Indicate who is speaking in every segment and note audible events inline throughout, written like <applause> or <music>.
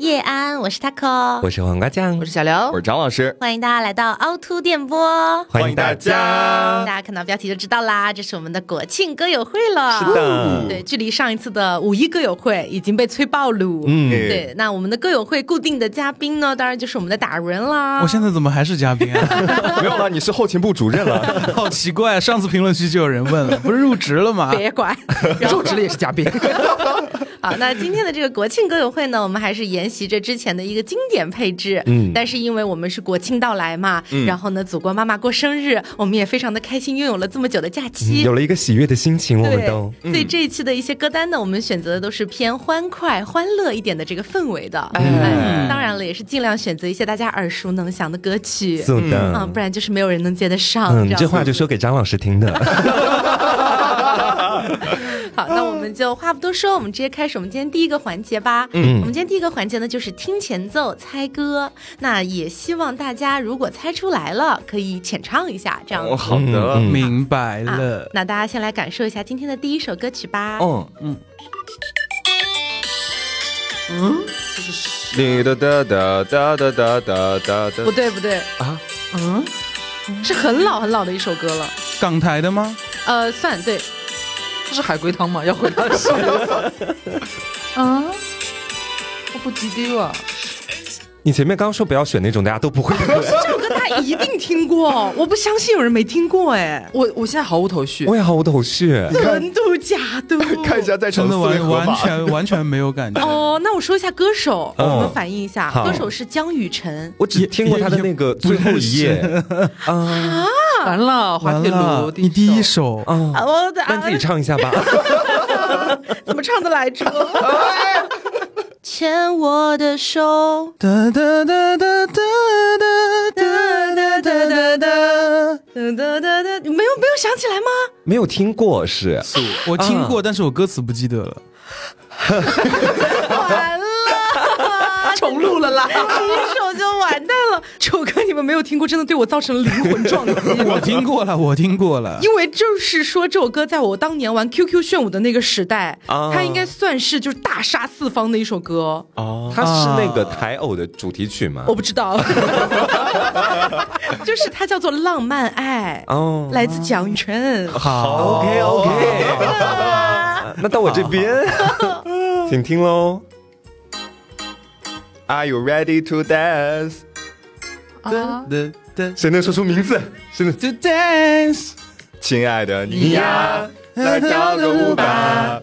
Speaker 1: 叶安，我是
Speaker 2: <laughs>
Speaker 1: Taco，
Speaker 2: 我是黄瓜酱
Speaker 3: 我，是小刘
Speaker 4: 我，是张老师，
Speaker 1: 欢迎大家来到凹凸电波。
Speaker 2: 欢迎大
Speaker 1: 大
Speaker 2: 家。
Speaker 1: 家看到标题就知道啦，这是我们的国庆歌友会了。
Speaker 2: 是的
Speaker 1: 对，距离上一次的五一歌友会已经被催爆炉。
Speaker 2: 嗯
Speaker 1: 对，那我们的歌友会固定的嘉宾呢，当然就是我们的打人啦。
Speaker 5: 我现在怎么还是嘉宾啊？ <laughs>
Speaker 4: 没有了，你是后勤部主任了，
Speaker 5: 好奇怪，啊上次评论区就有人问了，不是入职了吗？
Speaker 1: 别管。
Speaker 3: 入职了也是嘉宾，
Speaker 1: <laughs> 好，那今天的这个国庆歌友会呢，我们还是沿袭着之前的一个经典配置，
Speaker 2: 嗯
Speaker 1: 但是因为我们是国庆到来嘛，然后呢，祖国妈妈过生日，我们也非常的开心，拥有了这么久的假期。
Speaker 2: 嗯有了一个喜悦的嗯心情，我们
Speaker 1: 对，
Speaker 2: 都
Speaker 1: 所以这一期的一些歌单呢，我们选择的都是偏欢快、欢乐一点的这个氛围的。
Speaker 2: 嗯
Speaker 1: 哎，当然了，也是尽量选择一些大家耳熟能详的歌曲，
Speaker 2: 是
Speaker 1: 啊，
Speaker 2: 的
Speaker 1: 不。然就是没有人能接得上。
Speaker 2: 嗯，
Speaker 1: 样
Speaker 2: 这话
Speaker 1: 子
Speaker 2: 就说给张老师 <laughs> 听的。嗯
Speaker 1: 好，那我们就话不多说，我们直接开始我们今天第一个环节吧。嗯，我们今天第一个环节呢，就是听前奏猜歌。那也希望大家如果猜出来了，可以浅唱一下，这样
Speaker 3: 哦
Speaker 1: 子。
Speaker 4: 哦好
Speaker 2: 的嗯
Speaker 5: 明白
Speaker 1: 啊
Speaker 5: 了，，
Speaker 1: 那大家先来感受一下今天的第一首歌曲吧。
Speaker 3: 哦
Speaker 4: 嗯嗯。你的哒哒哒哒哒哒哒哒
Speaker 3: 不，对不对
Speaker 4: 啊，。
Speaker 3: 嗯，是很老很老的一首歌了，
Speaker 5: 港台的吗？
Speaker 3: 呃，算对，这是海龟汤吗？要回答的是， <laughs> 嗯，我不记得啊，
Speaker 2: 你前面刚刚说不要选那种大家都不会的歌，
Speaker 3: 这首歌大家一定听过，
Speaker 1: 哇， <laughs> 我不相信有人没听过哎，
Speaker 3: 我我现在毫无头绪
Speaker 2: <laughs> 我，也毫无头绪。
Speaker 1: 真度假的
Speaker 4: <laughs> 看一下在场
Speaker 5: 真的
Speaker 4: 四位
Speaker 5: 完
Speaker 4: 合
Speaker 5: 完
Speaker 4: 法，
Speaker 5: 全完全没有感
Speaker 1: <laughs>
Speaker 5: 觉。
Speaker 1: 哦，那我说一下歌手，
Speaker 2: 哦
Speaker 1: 我们反映一下，
Speaker 2: 好
Speaker 1: 歌手是江雨晨。
Speaker 2: 我只听过他的那个最后一 <laughs> 页啊
Speaker 3: 完了，滑
Speaker 5: 完
Speaker 3: 铁
Speaker 5: 了
Speaker 3: 卢，，
Speaker 5: 你第一首
Speaker 2: 啊！
Speaker 1: 我的
Speaker 2: 那你自己唱一下吧。
Speaker 1: 怎么唱的来着？牵我的手，
Speaker 5: 哒哒哒哒哒哒哒哒哒哒。
Speaker 1: 噔噔噔噔，没有没有想起来吗？
Speaker 2: <laughs> 没有听过是
Speaker 5: 我听过，但是我歌词不记得了。
Speaker 1: 完了，
Speaker 3: 重录了啦，
Speaker 1: 一首就完蛋了。这首歌你们没有听过，真的对我造成了灵魂撞击。
Speaker 5: 我听过了，我听过了。
Speaker 1: 因为就是说，这首歌在我当年玩 QQ 炫舞的那个时代，
Speaker 2: 啊
Speaker 1: 它应该算是就是大杀四方的一首歌。
Speaker 3: 啊
Speaker 2: 哦，他是那个台偶的主题曲吗
Speaker 1: 我？不知道， <laughs> 就是它叫做《浪漫爱》，
Speaker 3: 啊
Speaker 2: 哦，
Speaker 1: 来自蒋宇晨。
Speaker 5: 好
Speaker 2: OK OK，那哦 <laughs> 到我这边，请听喽。
Speaker 4: Are you ready to dance？
Speaker 3: 啊
Speaker 5: 的的
Speaker 2: 谁能说出名字？谁能？
Speaker 5: to dance。
Speaker 4: 亲爱的你呀，来跳个舞吧。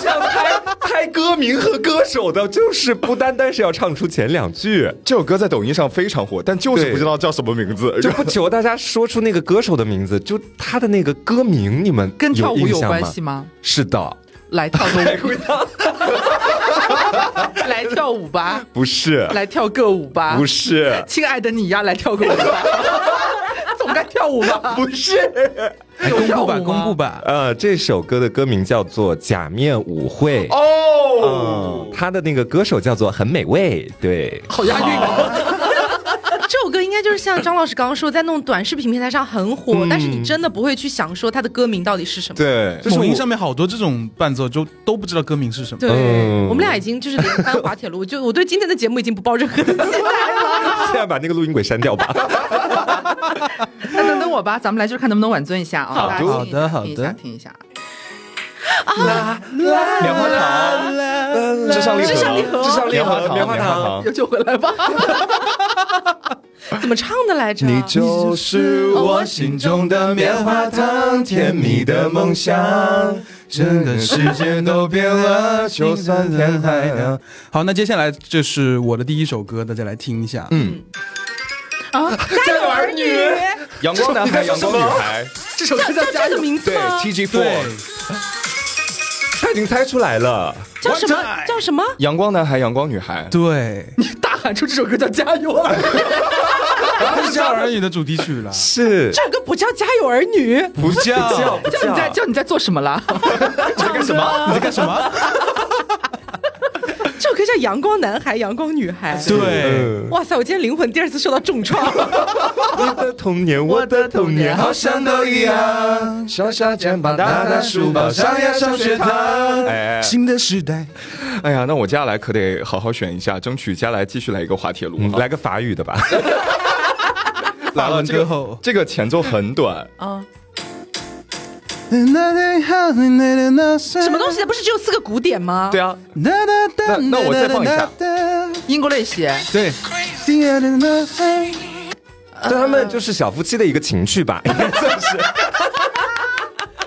Speaker 2: 是要猜猜歌名和歌手的，就是不单单是要唱出前两句，
Speaker 4: 这首歌在抖音上非常火，但就是不知道叫什么名字。
Speaker 2: 就不求大家说出那个歌手的名字，就他的那个歌名，你们
Speaker 3: 跟跳舞
Speaker 2: 有
Speaker 3: 有
Speaker 2: 印象
Speaker 3: 关
Speaker 2: 吗
Speaker 3: 系？吗？
Speaker 2: 是的，
Speaker 3: 来跳个舞， <laughs> 来跳舞吧，
Speaker 4: <laughs> 不是，
Speaker 3: 来跳个舞吧，
Speaker 4: 不
Speaker 3: <laughs>
Speaker 4: 是，
Speaker 3: 亲爱的你呀，来跳个舞 <laughs> 吧，总该跳舞吧？
Speaker 4: 不是。
Speaker 5: 哎公布吧，公布吧。
Speaker 2: 呃，这首歌的歌名叫做《假面舞会》。
Speaker 4: 哦
Speaker 2: 嗯，，他的那个歌手叫做很美味，对，
Speaker 3: 好押韵啊！
Speaker 1: 这首歌应该就是像张老师刚刚说，在那种短视频平台上很火，
Speaker 3: 嗯
Speaker 1: 但是你真的不会去想说它的歌名到底是什么。
Speaker 4: 对，
Speaker 2: 就是
Speaker 5: 抖音
Speaker 2: 我
Speaker 5: 上面好多这种伴奏，就都不知道歌名是什么。
Speaker 1: 对，
Speaker 2: 嗯
Speaker 1: 我们俩已经就是连翻滑铁卢，就我 <laughs> 对今天的节目已经不抱任何的期待了。
Speaker 2: 现在把那个录音轨删掉吧。
Speaker 3: 那等等我吧，咱们来就是看能不能挽尊一下啊！
Speaker 4: 好
Speaker 3: 大家
Speaker 4: 的
Speaker 3: 听一下
Speaker 5: 好的
Speaker 3: 听一下
Speaker 5: 好的
Speaker 3: 听一下。
Speaker 4: 棉花
Speaker 2: <laughs>
Speaker 4: 糖，至上励合，
Speaker 1: 至上励合
Speaker 4: 至上励
Speaker 2: 棉花
Speaker 4: 合，
Speaker 2: 糖
Speaker 4: 棉花
Speaker 2: 棉花
Speaker 4: 糖
Speaker 2: 糖。
Speaker 3: 有就回来吧。
Speaker 1: 怎么唱的来着？
Speaker 4: 就是
Speaker 5: 我心中的棉花
Speaker 4: 糖甜蜜的梦想。
Speaker 5: 整个世界都变了，就算天还亮。 <laughs> 好，那接下来这是我的第一首歌，大家来听一下。嗯，
Speaker 4: 家有儿女，阳光男孩，阳光女孩，
Speaker 3: 这首歌叫
Speaker 1: 叫
Speaker 3: 加
Speaker 1: 这
Speaker 3: 油
Speaker 1: 个名字
Speaker 4: 对
Speaker 1: 吗？
Speaker 4: ，T G
Speaker 5: 对，
Speaker 4: Four，
Speaker 2: 他已经猜出来了，
Speaker 1: 叫什么？
Speaker 5: Time
Speaker 1: 叫什么？
Speaker 4: 阳光男孩，阳光女孩，
Speaker 5: 对， <laughs>
Speaker 3: 大喊出这首歌叫加油啊！
Speaker 5: 它是《家有儿女》的主题曲了。
Speaker 2: 是啊
Speaker 1: 这首歌不叫《家有儿女》，
Speaker 2: 不叫不
Speaker 3: <laughs> 叫你在叫你在做什么啦？
Speaker 4: 这个什么？
Speaker 5: 你在干什么？
Speaker 1: 这首歌叫《阳光男孩》《阳光女孩》。
Speaker 5: 对，
Speaker 1: 哇塞！我今天灵魂第二次受到重创，
Speaker 2: 你的童年，我的童年，好
Speaker 5: 像都一样，
Speaker 4: 小小肩膀，
Speaker 5: 大大书包上呀上学堂
Speaker 4: 哎，
Speaker 5: 新的时代，
Speaker 4: <laughs> 哎呀，那我接下来可得好好选一下，争取接下来继续来一个滑铁卢。
Speaker 2: 嗯来个法语的吧，
Speaker 4: 来了，
Speaker 5: 完
Speaker 4: 这
Speaker 5: 之
Speaker 4: 个
Speaker 5: 后，
Speaker 4: 这个前奏很短，
Speaker 3: 啊，
Speaker 5: 什
Speaker 3: 什么东西？不是只有四个鼓点吗？
Speaker 4: <laughs> 对，啊，
Speaker 5: 那
Speaker 4: 那我再放一下。
Speaker 3: 英国类鞋。
Speaker 5: 对，
Speaker 2: 对他们就是小夫妻的一个情趣 <laughs> 吧，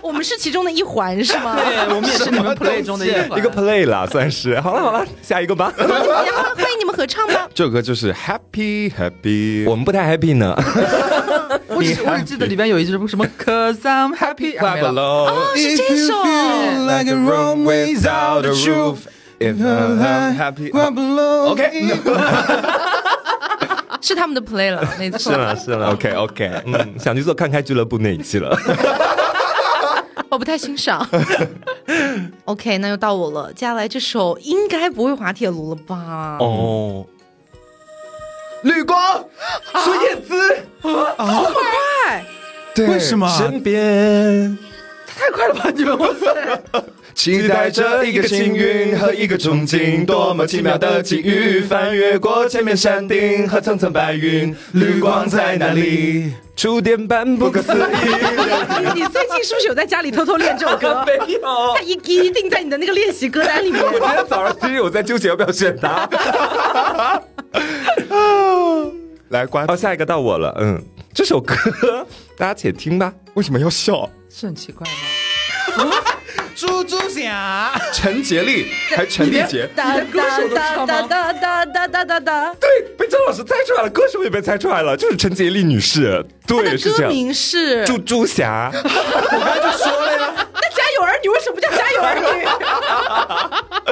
Speaker 1: 我们是其中的一环，是吗？
Speaker 3: 对，我们也 <laughs> 是你们 play 中的一
Speaker 2: 一个 play 啦，算是。好了好了，下一个吧。
Speaker 1: 欢迎你们合唱吧。
Speaker 4: 这首歌就是 Happy Happy，
Speaker 2: <laughs> 我们不太 happy 呢，
Speaker 3: 我只我只记得里边有一句什么 Cause I'm happy，啊没 <laughs> 了
Speaker 4: alone
Speaker 1: 是这首
Speaker 5: If you feel like a room without a roof,
Speaker 4: If I'm
Speaker 5: I'm
Speaker 4: happy- 啊
Speaker 5: happy. OK，
Speaker 1: 是他们的 play 了，没错。
Speaker 2: 是啊了是了
Speaker 4: ，OK OK，
Speaker 2: 嗯，想去做看开俱乐部那一期了。
Speaker 1: 我不太欣赏。OK，那又到我了。接下来这首应该不会滑铁卢了吧？
Speaker 2: 哦，
Speaker 4: 绿光，孙燕姿，
Speaker 2: 对
Speaker 5: 为什么
Speaker 2: 身边
Speaker 3: 太快了吧你们！哇塞，
Speaker 4: <laughs> 期待着一个幸运和一个憧憬，多么奇妙的际遇！翻越过千面山顶和层层白云，绿光在哪
Speaker 2: <laughs>
Speaker 4: 里？？
Speaker 2: 触电般不可思议。？
Speaker 1: 你你最近是不是有在家里偷偷练这首歌
Speaker 2: <laughs> 没有
Speaker 1: 它一一定在你的那个练习歌单里面。
Speaker 2: <laughs> 我今天早上其实有在纠结要不要选 <laughs> 它。
Speaker 4: 来瓜
Speaker 2: 好，哦下一个到我了。嗯，这首歌大家且听吧。
Speaker 4: 为什么要笑？
Speaker 3: 是很奇怪吗？
Speaker 5: 猪猪侠，
Speaker 4: 陈洁丽还是陈丽杰？
Speaker 1: 哒
Speaker 3: 歌手都知道吗
Speaker 1: 哒哒哒哒哒哒。
Speaker 2: 对，被张老师猜出来了，歌手也被猜出来了，就是陈洁丽女士。
Speaker 1: 它
Speaker 2: 对，
Speaker 1: 的
Speaker 2: 是这
Speaker 1: 歌
Speaker 2: 样。
Speaker 1: 名是
Speaker 2: 猪猪侠，
Speaker 1: 那家有儿女为什么不叫家有
Speaker 2: <laughs>
Speaker 1: 儿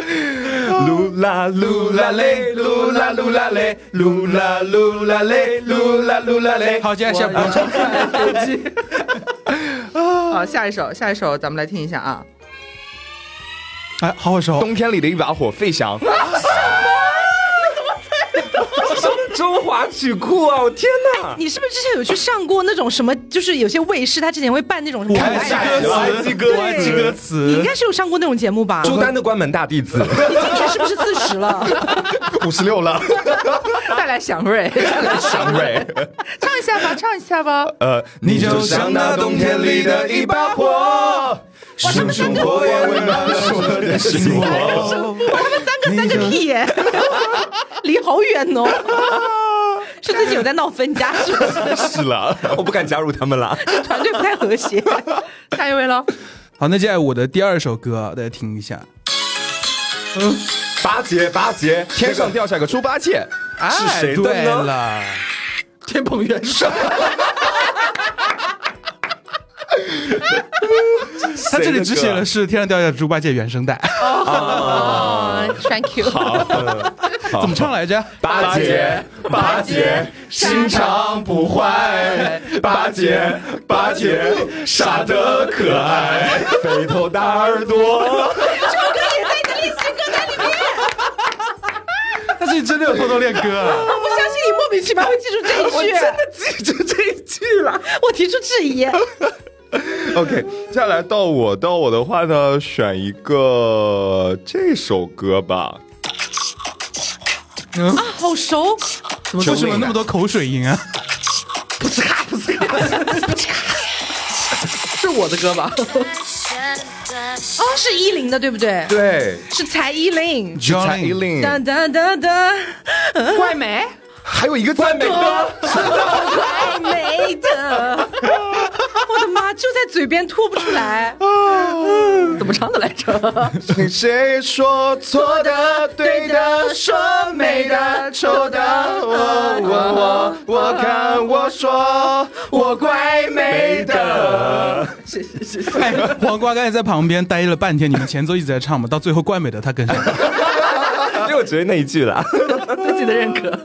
Speaker 1: 女？
Speaker 2: 噜啦噜啦嘞，噜啦噜啦嘞，噜啦噜啦嘞，噜啦噜啦嘞。
Speaker 5: 好，
Speaker 3: <laughs>
Speaker 5: 接下来下播。
Speaker 3: 好，下一首，下一首，咱们来听一下啊。
Speaker 5: 哎，好好说。
Speaker 4: 冬天里的一把火，费翔。
Speaker 2: 中华曲库啊！我天哪！
Speaker 1: 你是不是之前有去上过那种什么？就是有些卫视，它之前会办那种什么
Speaker 4: 看下一
Speaker 2: 歌
Speaker 4: 集
Speaker 2: 词，
Speaker 4: 了
Speaker 2: 爱记歌，爱记歌
Speaker 1: 你
Speaker 2: 词
Speaker 1: 应。该是有上过那种节目吧？
Speaker 2: 朱丹的关门大弟子，
Speaker 1: 你今年是不是四十了？
Speaker 4: 五十六 <laughs> 了，
Speaker 3: 再来祥 <laughs> 瑞，
Speaker 4: 祥瑞。
Speaker 3: 唱一下吧，唱一下吧。
Speaker 4: 呃，你就像那冬天里的一把火，熊熊火焰温暖了我的心窝。
Speaker 2: 哦
Speaker 1: <laughs> 三个三个屁耶， <laughs> 离好远哦。 <laughs> 是自己有在闹分家，是不是？
Speaker 4: 是了，
Speaker 2: 我不敢加入他们了。
Speaker 1: 团队不太和 <laughs> 谐。
Speaker 3: 下一位喽，
Speaker 5: 好，那接下来我的第二首歌，大家听一下。
Speaker 4: 八戒八戒，天上掉下个猪八戒，
Speaker 5: 是
Speaker 2: 谁的呢
Speaker 5: 了，
Speaker 3: 天蓬元帅，
Speaker 5: <laughs> 他这里只写了是天上掉下猪八戒原声带，
Speaker 1: 哦，Thank you。
Speaker 5: 怎么唱来 <laughs> 着？
Speaker 4: 八戒八戒心肠不坏，八戒八戒傻得可爱，肥头大耳朵。
Speaker 5: 他这里真的有偷偷练歌啊！
Speaker 1: 我不相信你莫名其妙会记住这一句，我真的记住这一句了。我提出质疑，
Speaker 4: OK，接下来到我，到我的话呢，选一个这首歌吧。
Speaker 1: <laughs> 好熟，啊
Speaker 5: 怎么为什么那么多口水音啊？
Speaker 3: 是我的歌吧？
Speaker 1: 哦，是依林的对不对？嗯
Speaker 4: 对，
Speaker 1: 是蔡依林。
Speaker 2: 嗯
Speaker 4: 蔡依
Speaker 5: Johnny
Speaker 4: 林，
Speaker 1: 哒哒哒哒，哦
Speaker 3: 怪美，
Speaker 4: 还有一个赞美歌，
Speaker 1: 爱美 <laughs> 的，我的妈，就在嘴边吐不出来。哦
Speaker 3: 怎么唱的来着？
Speaker 4: 听谁说错的、对的、说美的、丑的，我我我我看我说我怪美的。
Speaker 3: 是是是，
Speaker 5: 哎，黄瓜刚才在旁边待了半天，你们前奏一直在唱嘛，到最后怪美的他跟上了。
Speaker 2: 因为我觉得那一句啦。
Speaker 3: 对自己的认可。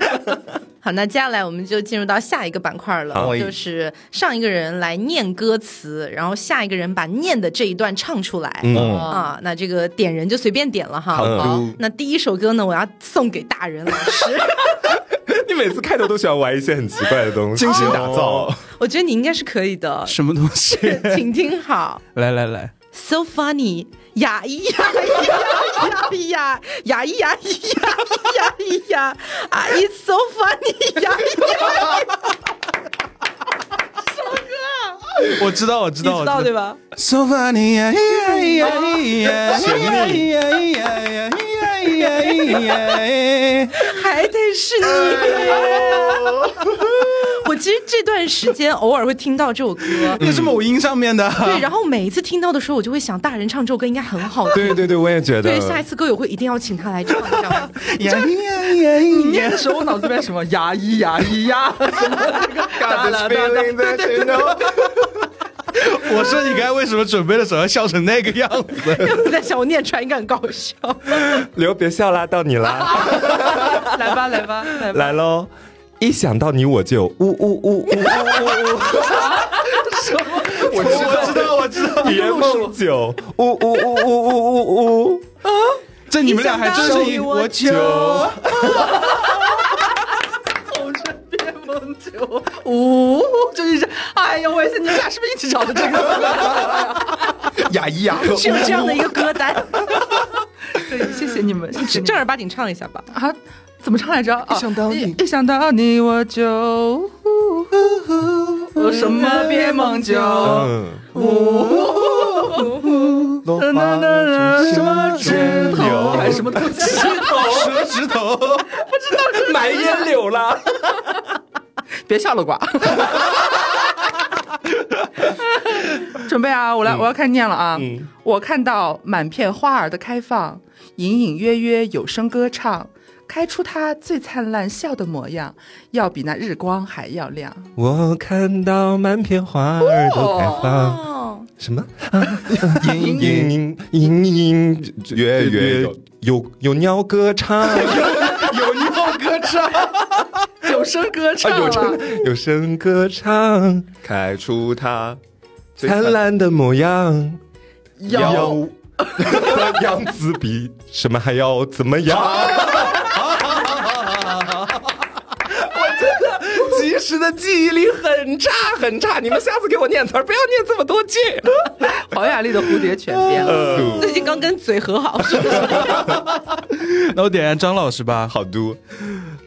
Speaker 1: 好，那接下来我们就进入到下一个板块了，
Speaker 4: 好
Speaker 1: 就是上一个人来念歌词，然后下一个人把念的这一段唱出来。
Speaker 3: 哦
Speaker 2: 嗯，
Speaker 1: 啊，那这个点人就随便点了哈。
Speaker 2: 好的
Speaker 1: 那第一首歌呢，我要送给大人老师，
Speaker 2: 你每次开头都喜欢玩一些很奇怪的东西，
Speaker 4: 精心打造
Speaker 2: 哦。
Speaker 1: 我觉得你应该是可以的，
Speaker 5: 什么东西？
Speaker 1: 请听好。
Speaker 5: <laughs> 来来来，
Speaker 1: so funny，呀咿呀咿呀咿呀呀咿呀咿呀咿呀咿呀啊，it's so funny，呀咿呀咿呀，
Speaker 2: 我知道，我
Speaker 1: 你
Speaker 2: 知道，
Speaker 1: 知道
Speaker 2: 我
Speaker 1: 对吧？
Speaker 5: So funny 呀呀呀呀呀呀呀呀呀呀！
Speaker 1: 还得是你。 <laughs> 我其实这段时间偶尔会听到这首歌，
Speaker 5: 那是某音上面的。
Speaker 1: 对，然后每一次听到的时候，我就会想，大人唱这首歌应该很好听。
Speaker 2: 对对对，我也觉
Speaker 1: 对，下一
Speaker 2: 得。
Speaker 1: 次歌友会一定要请他来唱一下。
Speaker 5: 呀呀呀
Speaker 3: 你念的时候，我脑子里面什么牙医牙医呀，什么那个哒哒哒哒，
Speaker 5: <laughs> 我说你刚才为什么准备的时候要笑成那个样子？
Speaker 1: 我在想，我念出来应该很搞笑。
Speaker 2: 刘，别笑啦，到你
Speaker 4: <laughs>
Speaker 2: 啦，
Speaker 3: 来吧来吧来吧，
Speaker 2: 来喽！一想到你我就呜呜呜呜呜呜呜。
Speaker 5: 我知道，我知道，
Speaker 2: 别梦酒，呜呜呜呜呜呜呜。
Speaker 5: 这你们俩还真是一锅酒。
Speaker 3: 红唇变梦酒，呜，就是这，哎呀，我也是，你们俩是不是一起找的这 <laughs> 个？
Speaker 5: 雅一雅，
Speaker 1: 是有这样的一个歌单，
Speaker 3: 对，谢谢你们，谢谢你们
Speaker 1: 正儿八经唱一下吧。
Speaker 3: 啊，怎么唱来着？啊
Speaker 5: 一想到你
Speaker 3: 一想到你我就呼呼呼哦什么别梦酒，
Speaker 2: 嗯，
Speaker 5: 落
Speaker 3: 哒哒哒哒什么
Speaker 5: 指
Speaker 3: 指头还是什么东西？
Speaker 5: 蛇指头，
Speaker 2: 埋烟柳啦。
Speaker 3: <laughs> 别笑了，瓜。 <laughs> 准备啊，我来，我要开始念了啊！我看到满片花儿的开放，隐隐约约有声歌唱，开出它最灿烂笑的模样，要比那日光还要亮。
Speaker 2: 我看到满片花儿都开放，
Speaker 1: 哦，
Speaker 2: 什么
Speaker 5: 隐隐
Speaker 2: 隐隐隐隐约约有有有鸟歌唱，
Speaker 5: 有尿歌唱，
Speaker 3: 有声歌唱
Speaker 2: 有
Speaker 3: <laughs> 啊
Speaker 2: 声！有声歌唱，开出它灿烂的模样。
Speaker 3: 有
Speaker 2: <laughs> 的样子比什么还要怎么样？
Speaker 4: 及时的记忆力很差很差，你们下次给我念词儿，不要念这么多句。
Speaker 3: 黄雅莉的蝴蝶全变了。
Speaker 2: 呃
Speaker 1: 最近刚跟嘴和好，是不是
Speaker 5: 那我点燃张老师吧。
Speaker 2: 好嘟，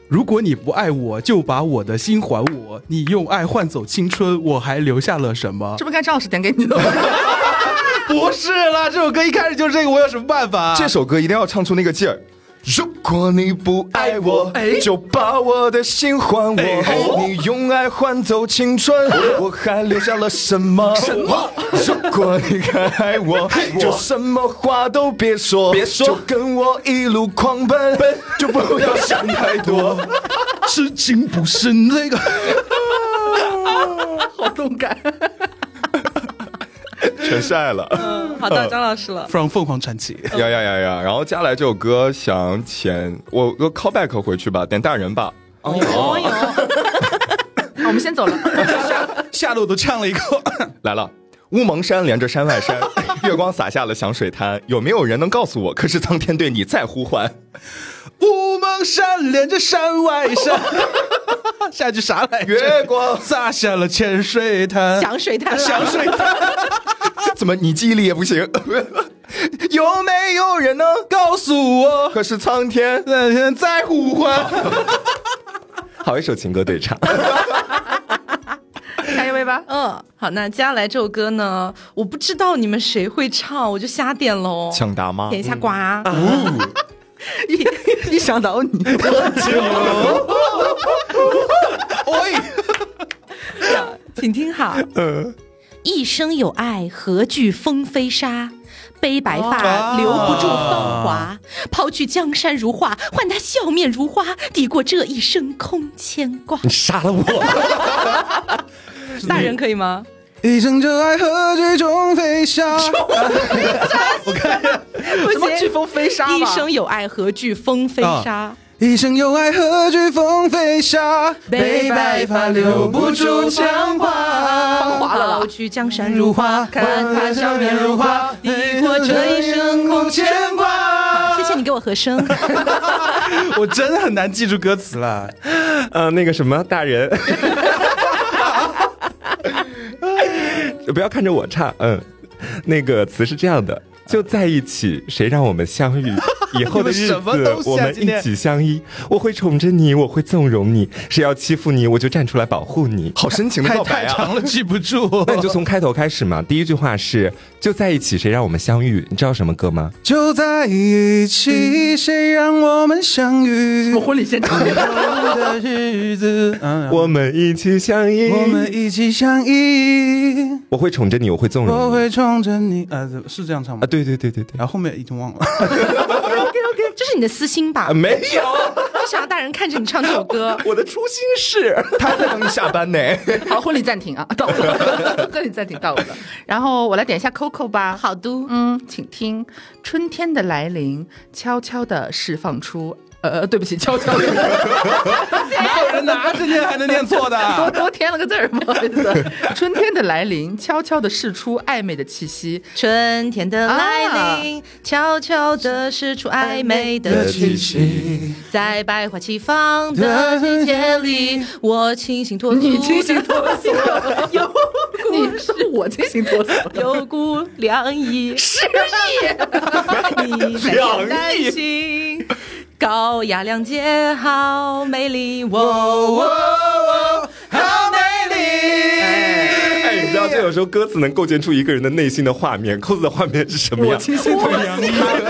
Speaker 5: 如果你不爱我，就把我的心还我。你用爱换走青春，我还留下了什么
Speaker 3: 这？不该张老师点给你的吗？ <laughs>
Speaker 5: 不是啦，这首歌一开始就是这个，我有什么办法？
Speaker 4: 这首歌一定要唱出那个劲儿。如果你不爱我，
Speaker 3: 哎
Speaker 4: 就把我的心还我。你用爱换走青春，我还留下了什么？哎什么？如果你还爱我，就什么话都别说，别说，就跟我一路狂奔，就不要想太 <laughs> 多。
Speaker 5: 痴情不是那个，
Speaker 3: 好动感！
Speaker 2: 全是爱了。
Speaker 1: 好到张老师
Speaker 5: <laughs>
Speaker 1: 了。
Speaker 5: from 凤凰传奇。
Speaker 2: 呀呀呀呀！然后接下来这首歌想前，我我 call back 回去吧，点大人吧。
Speaker 1: 哦哟，
Speaker 3: 好我们先走了。
Speaker 1: <laughs>
Speaker 5: 吓得我都呛 <laughs> 了一口。
Speaker 2: 来了。乌蒙山连着山外 <laughs> 山，月光洒下了响水滩。有没有人能告诉我？可是苍天对你在呼唤。
Speaker 5: 乌蒙山连着山外山，下一句啥来着？
Speaker 2: 月 <laughs> 光，
Speaker 5: 洒下了浅水滩， <laughs>
Speaker 1: 响水滩了。
Speaker 5: 响水滩。
Speaker 2: 怎么你记忆力也不行？ <laughs> 有没有人能？
Speaker 5: 告诉我，
Speaker 2: 可是苍天，
Speaker 5: 那人在呼唤。
Speaker 2: <laughs> 好一首情歌对唱。
Speaker 3: 下一位 <laughs> 吧。
Speaker 1: 嗯，好，那接下来这首歌呢，我不知道你们谁会唱，我就瞎点喽。
Speaker 2: 抢答吗
Speaker 1: 点一下瓜，
Speaker 3: 一一想到你，
Speaker 5: 哎
Speaker 1: 请听
Speaker 2: <laughs>
Speaker 1: 好。
Speaker 2: 呃
Speaker 1: 一生有爱，何惧风飞沙？悲白发
Speaker 5: 哦
Speaker 1: 留不住芳华，抛去江山如画，换他笑面如花，抵过这一生空牵挂。
Speaker 2: 你杀了我！
Speaker 1: 大人可以吗？
Speaker 5: 一生就爱何惧中飞沙。
Speaker 1: 不
Speaker 3: 什么飓风飞沙吧
Speaker 1: 一生有爱，何惧风飞
Speaker 2: 啊
Speaker 1: 沙？
Speaker 5: 一生有爱何惧风飞沙，
Speaker 1: 悲白发
Speaker 5: 留不住
Speaker 1: 江
Speaker 5: 花。
Speaker 3: 华了吧
Speaker 1: 抛去江山如画，换他笑面如花，抵过这一生空牵
Speaker 2: 哎
Speaker 1: 挂。谢谢你给我和
Speaker 2: <laughs>
Speaker 1: 声。
Speaker 5: 我真很难记住歌词了。
Speaker 2: 呃，那个什么，大人， <laughs> 不要看着我唱。嗯，那个词是这样的：就在一起，谁让我们相
Speaker 4: <laughs>
Speaker 2: 遇？以后的日子
Speaker 4: 你们什么东西啊
Speaker 2: 我们
Speaker 4: 今天
Speaker 2: 一起相依。我会宠着你，我会纵容你。谁要欺负你，我就站出来保护你。
Speaker 4: 好深情的
Speaker 5: 太
Speaker 4: 告白
Speaker 5: 太
Speaker 4: 啊！
Speaker 5: 长了，记不住。
Speaker 2: 那你就从开头开始嘛。第一句话是就在一起，谁让我们相遇？你知道什么歌吗？
Speaker 5: 就在一起，谁让我们相遇
Speaker 3: 我？婚礼现场，
Speaker 5: 的日子，嗯
Speaker 2: 我们一起相依。
Speaker 5: 我们一起相依，
Speaker 2: 我会宠着你，我会纵
Speaker 5: 我
Speaker 2: 容你。
Speaker 5: 会宠着你。啊，是这样唱吗
Speaker 2: 啊，？对对对对对。
Speaker 5: 然后后面已经忘了。
Speaker 1: 这是你的私心吧
Speaker 2: 啊，？没有，。
Speaker 1: 不想让大人看着你唱这首歌
Speaker 2: 我的初心是，
Speaker 4: 他在等你下班呢。
Speaker 3: <laughs> 好，婚礼暂停啊，到了， <laughs> 婚礼暂停到了。然后我来点一下 Coco 吧。
Speaker 1: 好都，
Speaker 3: 嗯，请听春天的来临，悄悄地释放出。呃，对不起，悄悄地， <laughs>
Speaker 5: 哪有人拿着念还能念错
Speaker 3: 多
Speaker 5: 的？
Speaker 3: 多添了个字儿，不好意 <laughs> 思。春天的来临，悄悄地释出暧昧的气息，
Speaker 1: 春天的
Speaker 3: 啊
Speaker 1: 来临，悄悄地释出暧昧的气息，在百花齐放的季节里，我清新脱俗，
Speaker 3: 你清新脱俗， <laughs>
Speaker 1: 有
Speaker 3: 你是我清新脱俗了。
Speaker 1: 有股凉意，诗意，你在担心。高雅亮洁，好美丽，
Speaker 3: 哦
Speaker 1: 哦我
Speaker 5: 好美丽，
Speaker 2: 哎，你知道这有时候歌词能构建出一个人的内心的画面，扣子的画面是什么样？
Speaker 5: 新脱凉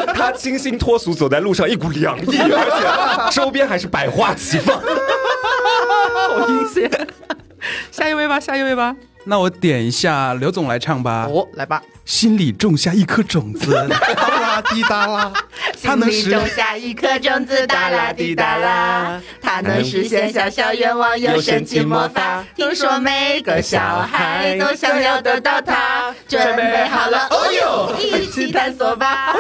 Speaker 2: 他他清新脱俗，走在路上一股凉意，而且周边还是百花齐放。
Speaker 3: 好阴险。 <laughs> 下一位吧，下一位吧。
Speaker 5: 那我点一下刘总来唱吧。
Speaker 3: 哦，来吧。 <laughs>
Speaker 5: 心里种下一颗种 <laughs> 子，哒啦滴哒啦， <laughs> 它能实
Speaker 1: 下一颗种子，哒啦滴哒啦，它
Speaker 2: 能
Speaker 1: 实现小小愿望，又神奇魔法。听说每个小孩都想要得到它，准备好了，哦哟，一起探索吧。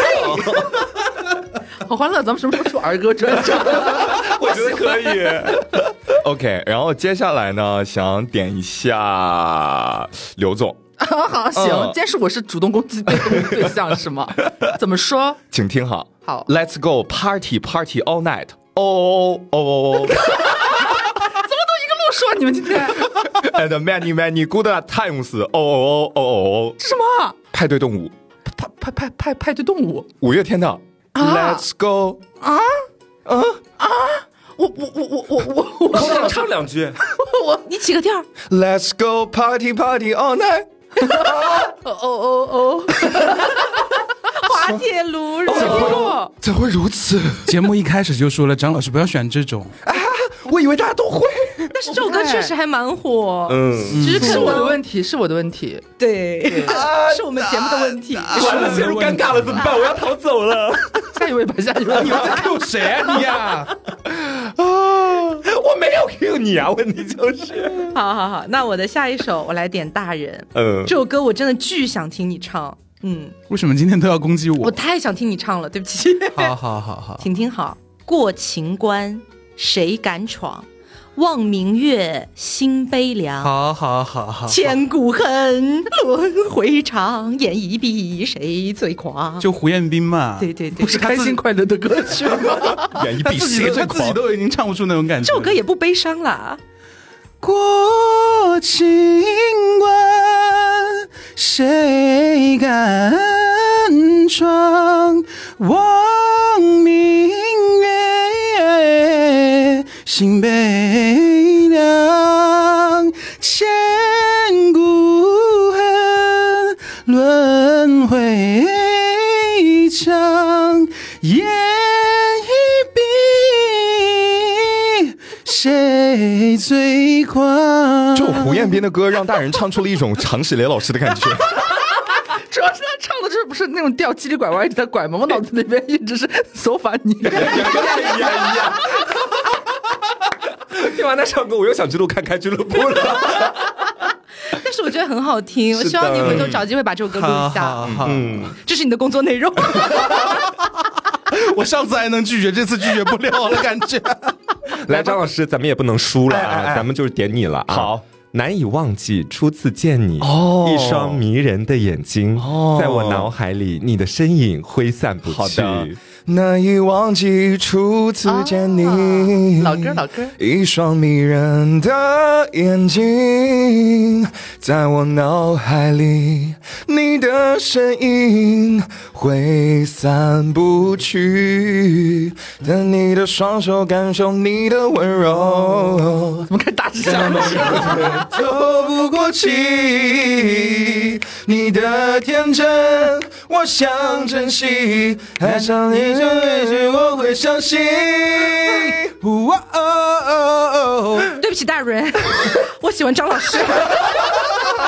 Speaker 3: 好欢乐，咱们什么时候出儿歌专场？
Speaker 2: <laughs> 我觉得可以。 <laughs>
Speaker 4: OK，然后接下来呢，想点一下刘总，
Speaker 3: 好，行，今天是我是主动攻击被动的对象是吗？ <laughs> 怎么说？
Speaker 4: 请听好。
Speaker 3: 好
Speaker 4: ，Let's go party party all night。哦哦哦哦
Speaker 3: 不说你们今 <laughs> 天
Speaker 4: <laughs> ，and many many good times。哦哦哦哦哦，
Speaker 3: 这什么
Speaker 4: 派对动物，
Speaker 3: 派派派派派对动物？
Speaker 4: 五月天
Speaker 5: 啊
Speaker 4: 的。Let's go。
Speaker 3: 我我我我我我我
Speaker 2: 我唱两句，
Speaker 1: 你起个调儿，
Speaker 4: Let's go party party all night。
Speaker 3: 哦哦哦哦，
Speaker 1: <laughs> 滑铁卢人。
Speaker 3: 没听
Speaker 1: 哦
Speaker 3: 过。
Speaker 4: 怎会如此？
Speaker 5: 节目一开始就说了，张老师不要选这种，
Speaker 4: 啊我以为大家都会。
Speaker 1: 但是这首歌确实还蛮火，
Speaker 2: 嗯，
Speaker 1: 只是
Speaker 3: 是
Speaker 1: 可
Speaker 3: 我的
Speaker 1: 能
Speaker 3: 问题，是我的问题。
Speaker 1: 对，是我们节目的问题。
Speaker 2: 完了，陷入尴尬了，怎么
Speaker 4: 啊
Speaker 2: 办？我要逃走了。
Speaker 3: 下一位吧，下一位。
Speaker 5: Q 谁啊你呀？
Speaker 2: <laughs>
Speaker 4: 啊
Speaker 2: 我没有 Q 你啊，问题就是，
Speaker 1: 好好好，那我的下一首我来点《大人》
Speaker 2: 嗯
Speaker 1: 这，首歌，我真的巨想听你唱，嗯，
Speaker 5: 为什么今天都要攻击
Speaker 1: 我
Speaker 5: 我？
Speaker 1: 太想听你唱了，对不起。
Speaker 5: 好好好好，
Speaker 1: 请听好：过秦关，谁敢闯？望明月，心悲凉。
Speaker 5: 好好好好，
Speaker 1: 千古恨，轮回长。眼一闭，谁最狂？
Speaker 5: 就胡彦斌嘛，
Speaker 1: 对对对
Speaker 3: <laughs> 不，是开心快乐的歌曲吗？
Speaker 4: 演一
Speaker 5: 他
Speaker 4: 比
Speaker 5: 自己
Speaker 4: 谁
Speaker 5: 都
Speaker 4: 最
Speaker 5: 他自己
Speaker 4: 狂？
Speaker 5: 都已经唱不出那种感觉。
Speaker 1: 这首歌也不悲伤啦。
Speaker 5: 过秦关，谁敢闯？望明月，心悲凉。千古恨，轮回长。眼一闭，谁最
Speaker 4: <laughs>
Speaker 5: 狂？
Speaker 4: 就胡彦斌的歌让大人唱出了一种常石磊老师的感 <laughs> 觉。
Speaker 3: <laughs> 主要是他唱的这不是那种调叽里拐弯一直在拐吗？我脑子里边一直是手法 <laughs> 你。
Speaker 2: 哎呀哎呀！听完那首歌，我又想去录看开俱乐部了。
Speaker 1: 但是我觉得很好听，我希望你回头找机会把这首歌录
Speaker 5: 好
Speaker 1: 一
Speaker 5: 好
Speaker 1: 下，
Speaker 5: 好，
Speaker 1: 这是你的工作内容。
Speaker 5: 我上次还能拒绝，这次拒绝不了了，感觉。
Speaker 2: 来，张老师，咱们也不能输了啊，咱们就是点你了啊。
Speaker 4: 好，
Speaker 2: 难以忘记初次见你，
Speaker 4: 哦
Speaker 2: 一双迷人的眼睛，
Speaker 4: 哦
Speaker 2: 在我脑海里，你的身影挥散不去。
Speaker 4: 好的难以忘记初次见你，
Speaker 3: 啊老歌老歌，
Speaker 4: 一双迷人的眼睛，在我脑海里，你的身影挥散不去。等你的双手感受你的温柔，
Speaker 3: 怎么开始打起来 <laughs> 了？
Speaker 4: 透不过气，你的天真，我想珍惜，爱上你这也许我会相信。哇哦哦哦
Speaker 3: 对不起，大人，我喜欢张老师，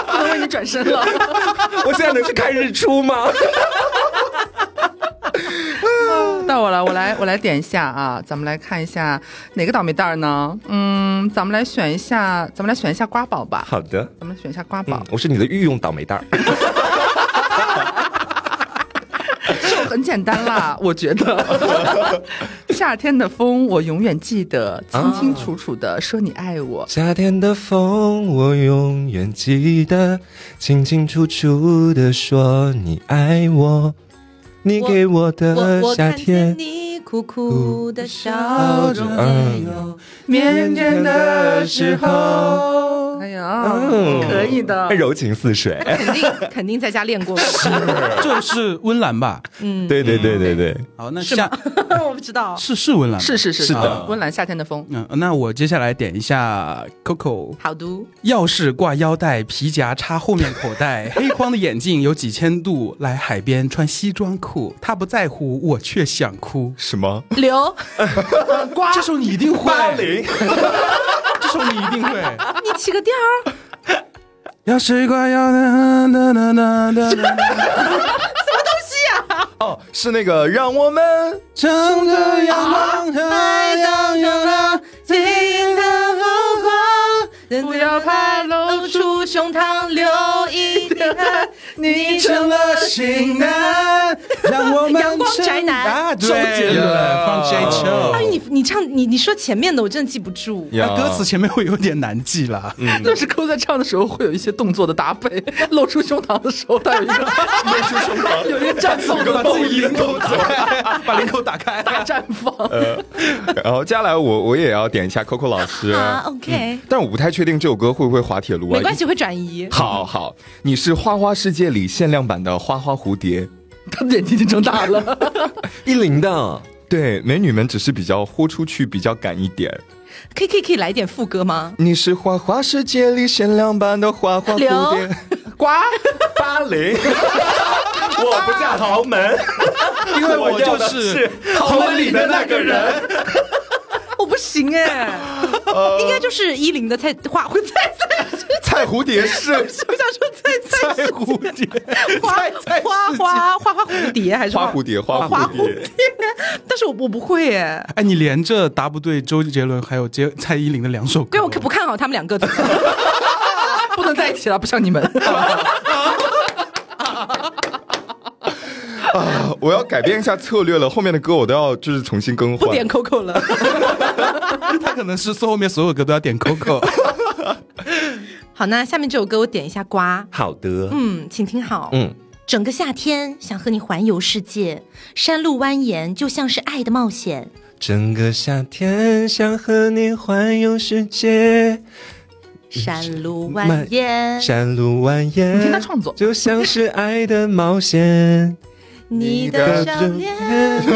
Speaker 3: 不能为你转身了。
Speaker 2: 我现在能去看日出吗？
Speaker 3: 到我了，我来我来点一下啊，咱们来看一下哪个倒霉蛋儿呢？嗯，咱们来选一下，咱们来选一下瓜宝吧。
Speaker 2: 好的，
Speaker 3: 咱们选一下瓜宝
Speaker 2: 嗯，，我是你的御用倒霉
Speaker 3: <laughs>
Speaker 2: 蛋儿。
Speaker 3: 就很简单啦，我觉得。夏天的风我永远记得，清清楚楚的说你爱我。
Speaker 2: 夏天的风，我永远记得，清清楚楚的说你爱我，你
Speaker 1: 我
Speaker 2: 给我的
Speaker 1: 我我
Speaker 2: 夏
Speaker 1: 看见
Speaker 2: 天。嗯
Speaker 1: 你苦苦的笑
Speaker 2: 笑
Speaker 1: 容
Speaker 2: 着
Speaker 1: 也有，
Speaker 3: 腼
Speaker 2: 腆的时
Speaker 3: 候，哎呀，可以的。
Speaker 2: 嗯柔情似
Speaker 3: <laughs>
Speaker 2: 水，哎
Speaker 1: 肯定肯定在家练过，
Speaker 5: <laughs> 这是温岚吧？
Speaker 2: 对对对对对，
Speaker 5: 好，那下
Speaker 1: 嗯 <laughs> 我不知道。
Speaker 5: 是是温岚吧，
Speaker 3: 是是是
Speaker 5: 是的
Speaker 3: 温岚夏天的风，
Speaker 5: 嗯，那我接下来点一下 Coco，
Speaker 1: 好读，
Speaker 5: 钥匙挂腰带，皮夹插后面口袋， <laughs> 黑框的眼镜有几千度，来海边穿西装裤，他不在乎，我却想哭。
Speaker 4: <laughs> 什么？
Speaker 1: 刘，
Speaker 5: 这首你一定会，
Speaker 2: 八零，
Speaker 5: 这首你一定会。 <laughs>
Speaker 1: 你起个调儿，
Speaker 5: 钥匙挂腰带，哒哒哒哒哒，
Speaker 4: 哦，是那个让我们
Speaker 5: 乘着阳光，太阳阳光，
Speaker 1: 尽的浮光，
Speaker 3: 不要怕露
Speaker 1: 出胸膛，留一点汗。你
Speaker 4: <laughs>
Speaker 5: 成了型男，让我 <laughs> 们
Speaker 1: 阳光宅男
Speaker 5: 啊，对，
Speaker 4: 周杰伦
Speaker 5: 放 J
Speaker 1: 哎，
Speaker 5: Chill。
Speaker 1: 你你唱你你说前面的我真的记不住，
Speaker 5: 那歌词前面会有点难记了，
Speaker 3: <laughs> 但是抠在唱的时候会有一些动作的搭配，露出胸膛的时候，他有一个露出胸膛， <laughs> 有一个绽放
Speaker 5: 把
Speaker 3: 的
Speaker 5: 自己领口
Speaker 4: <laughs>
Speaker 5: 打开，把领口打开。
Speaker 3: 大 <laughs> 绽放。
Speaker 4: 然后接下来我我也要点一下 Coco 老师
Speaker 1: 啊，OK
Speaker 4: 嗯但我不太确定这首歌会不会滑铁卢啊。
Speaker 1: 没关系，会转移。
Speaker 4: 好好，你是花花世界里限量版的花花蝴蝶，
Speaker 3: 他的眼睛已经睁大了，
Speaker 2: 一零的，
Speaker 4: 对，美女们只是比较豁出去，比较敢一点。
Speaker 1: 可以可以可以来点副歌吗？
Speaker 4: 你是花花世界里限量版的花花蝴
Speaker 1: 刘
Speaker 4: <laughs> 蝶，
Speaker 3: 瓜
Speaker 2: 八零， <laughs> 我不嫁豪
Speaker 4: <laughs>
Speaker 2: 门，
Speaker 5: <laughs> 因为我
Speaker 2: 要
Speaker 5: 就
Speaker 2: 的
Speaker 5: 是
Speaker 2: 豪门里的那个人。
Speaker 1: 我不行
Speaker 4: <laughs>
Speaker 1: 哎，
Speaker 4: 呃
Speaker 1: 应该就是依林的菜花会菜菜，
Speaker 4: 菜蝴蝶是
Speaker 2: <laughs>
Speaker 1: 我想说菜菜
Speaker 5: 菜蝴蝶，
Speaker 1: 花花花花花蝴蝶还是
Speaker 4: 花蝴蝶，花蝴蝶。
Speaker 1: 但是我我不会哎，
Speaker 5: <laughs> 哎，你连着答不对周杰伦还有杰蔡依林的两首歌，
Speaker 1: 对我可不看好他们两个。
Speaker 3: 不能在一起了，不像你们。
Speaker 4: 啊我要改变一下策略了，后面的歌我都要就是重新更
Speaker 1: <laughs> 不
Speaker 4: 换。
Speaker 1: 点 Coco 了，
Speaker 5: <laughs>
Speaker 1: <laughs>
Speaker 5: 他可能是所后面所有歌都要点 <laughs> Coco。
Speaker 1: 好，那下面这首歌我点一下瓜，
Speaker 2: 好的，
Speaker 1: 嗯，请听好，
Speaker 2: 嗯，
Speaker 1: 整个夏天想和你环游世界，山路蜿蜒就像是爱的冒险，
Speaker 2: 整个夏天想和你环游世界，
Speaker 1: 山路蜿蜒，
Speaker 2: 山路蜿蜒。
Speaker 3: 嗯你听他创作
Speaker 2: 就像是爱的冒险。
Speaker 1: 你的想念是我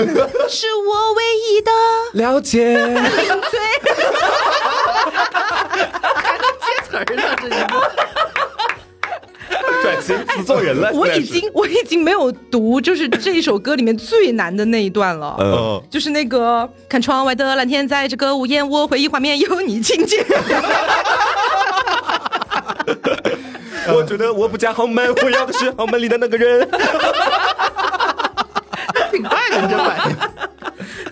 Speaker 1: 唯一 <laughs> 的。
Speaker 2: 了解，
Speaker 3: <laughs> 接词儿呢，这是
Speaker 2: 转型词作人了
Speaker 1: 我已经我已经没有读，就是这一首歌里面最难的那一段了。
Speaker 4: 嗯，
Speaker 1: 就是那个看窗外的蓝天，在这歌舞燕窝，回忆画面有你亲近。
Speaker 2: 我觉得我不嫁豪门，我要的是豪门里的那个人。
Speaker 3: <laughs> 挺快的，你这
Speaker 2: <laughs>
Speaker 3: 玩意儿。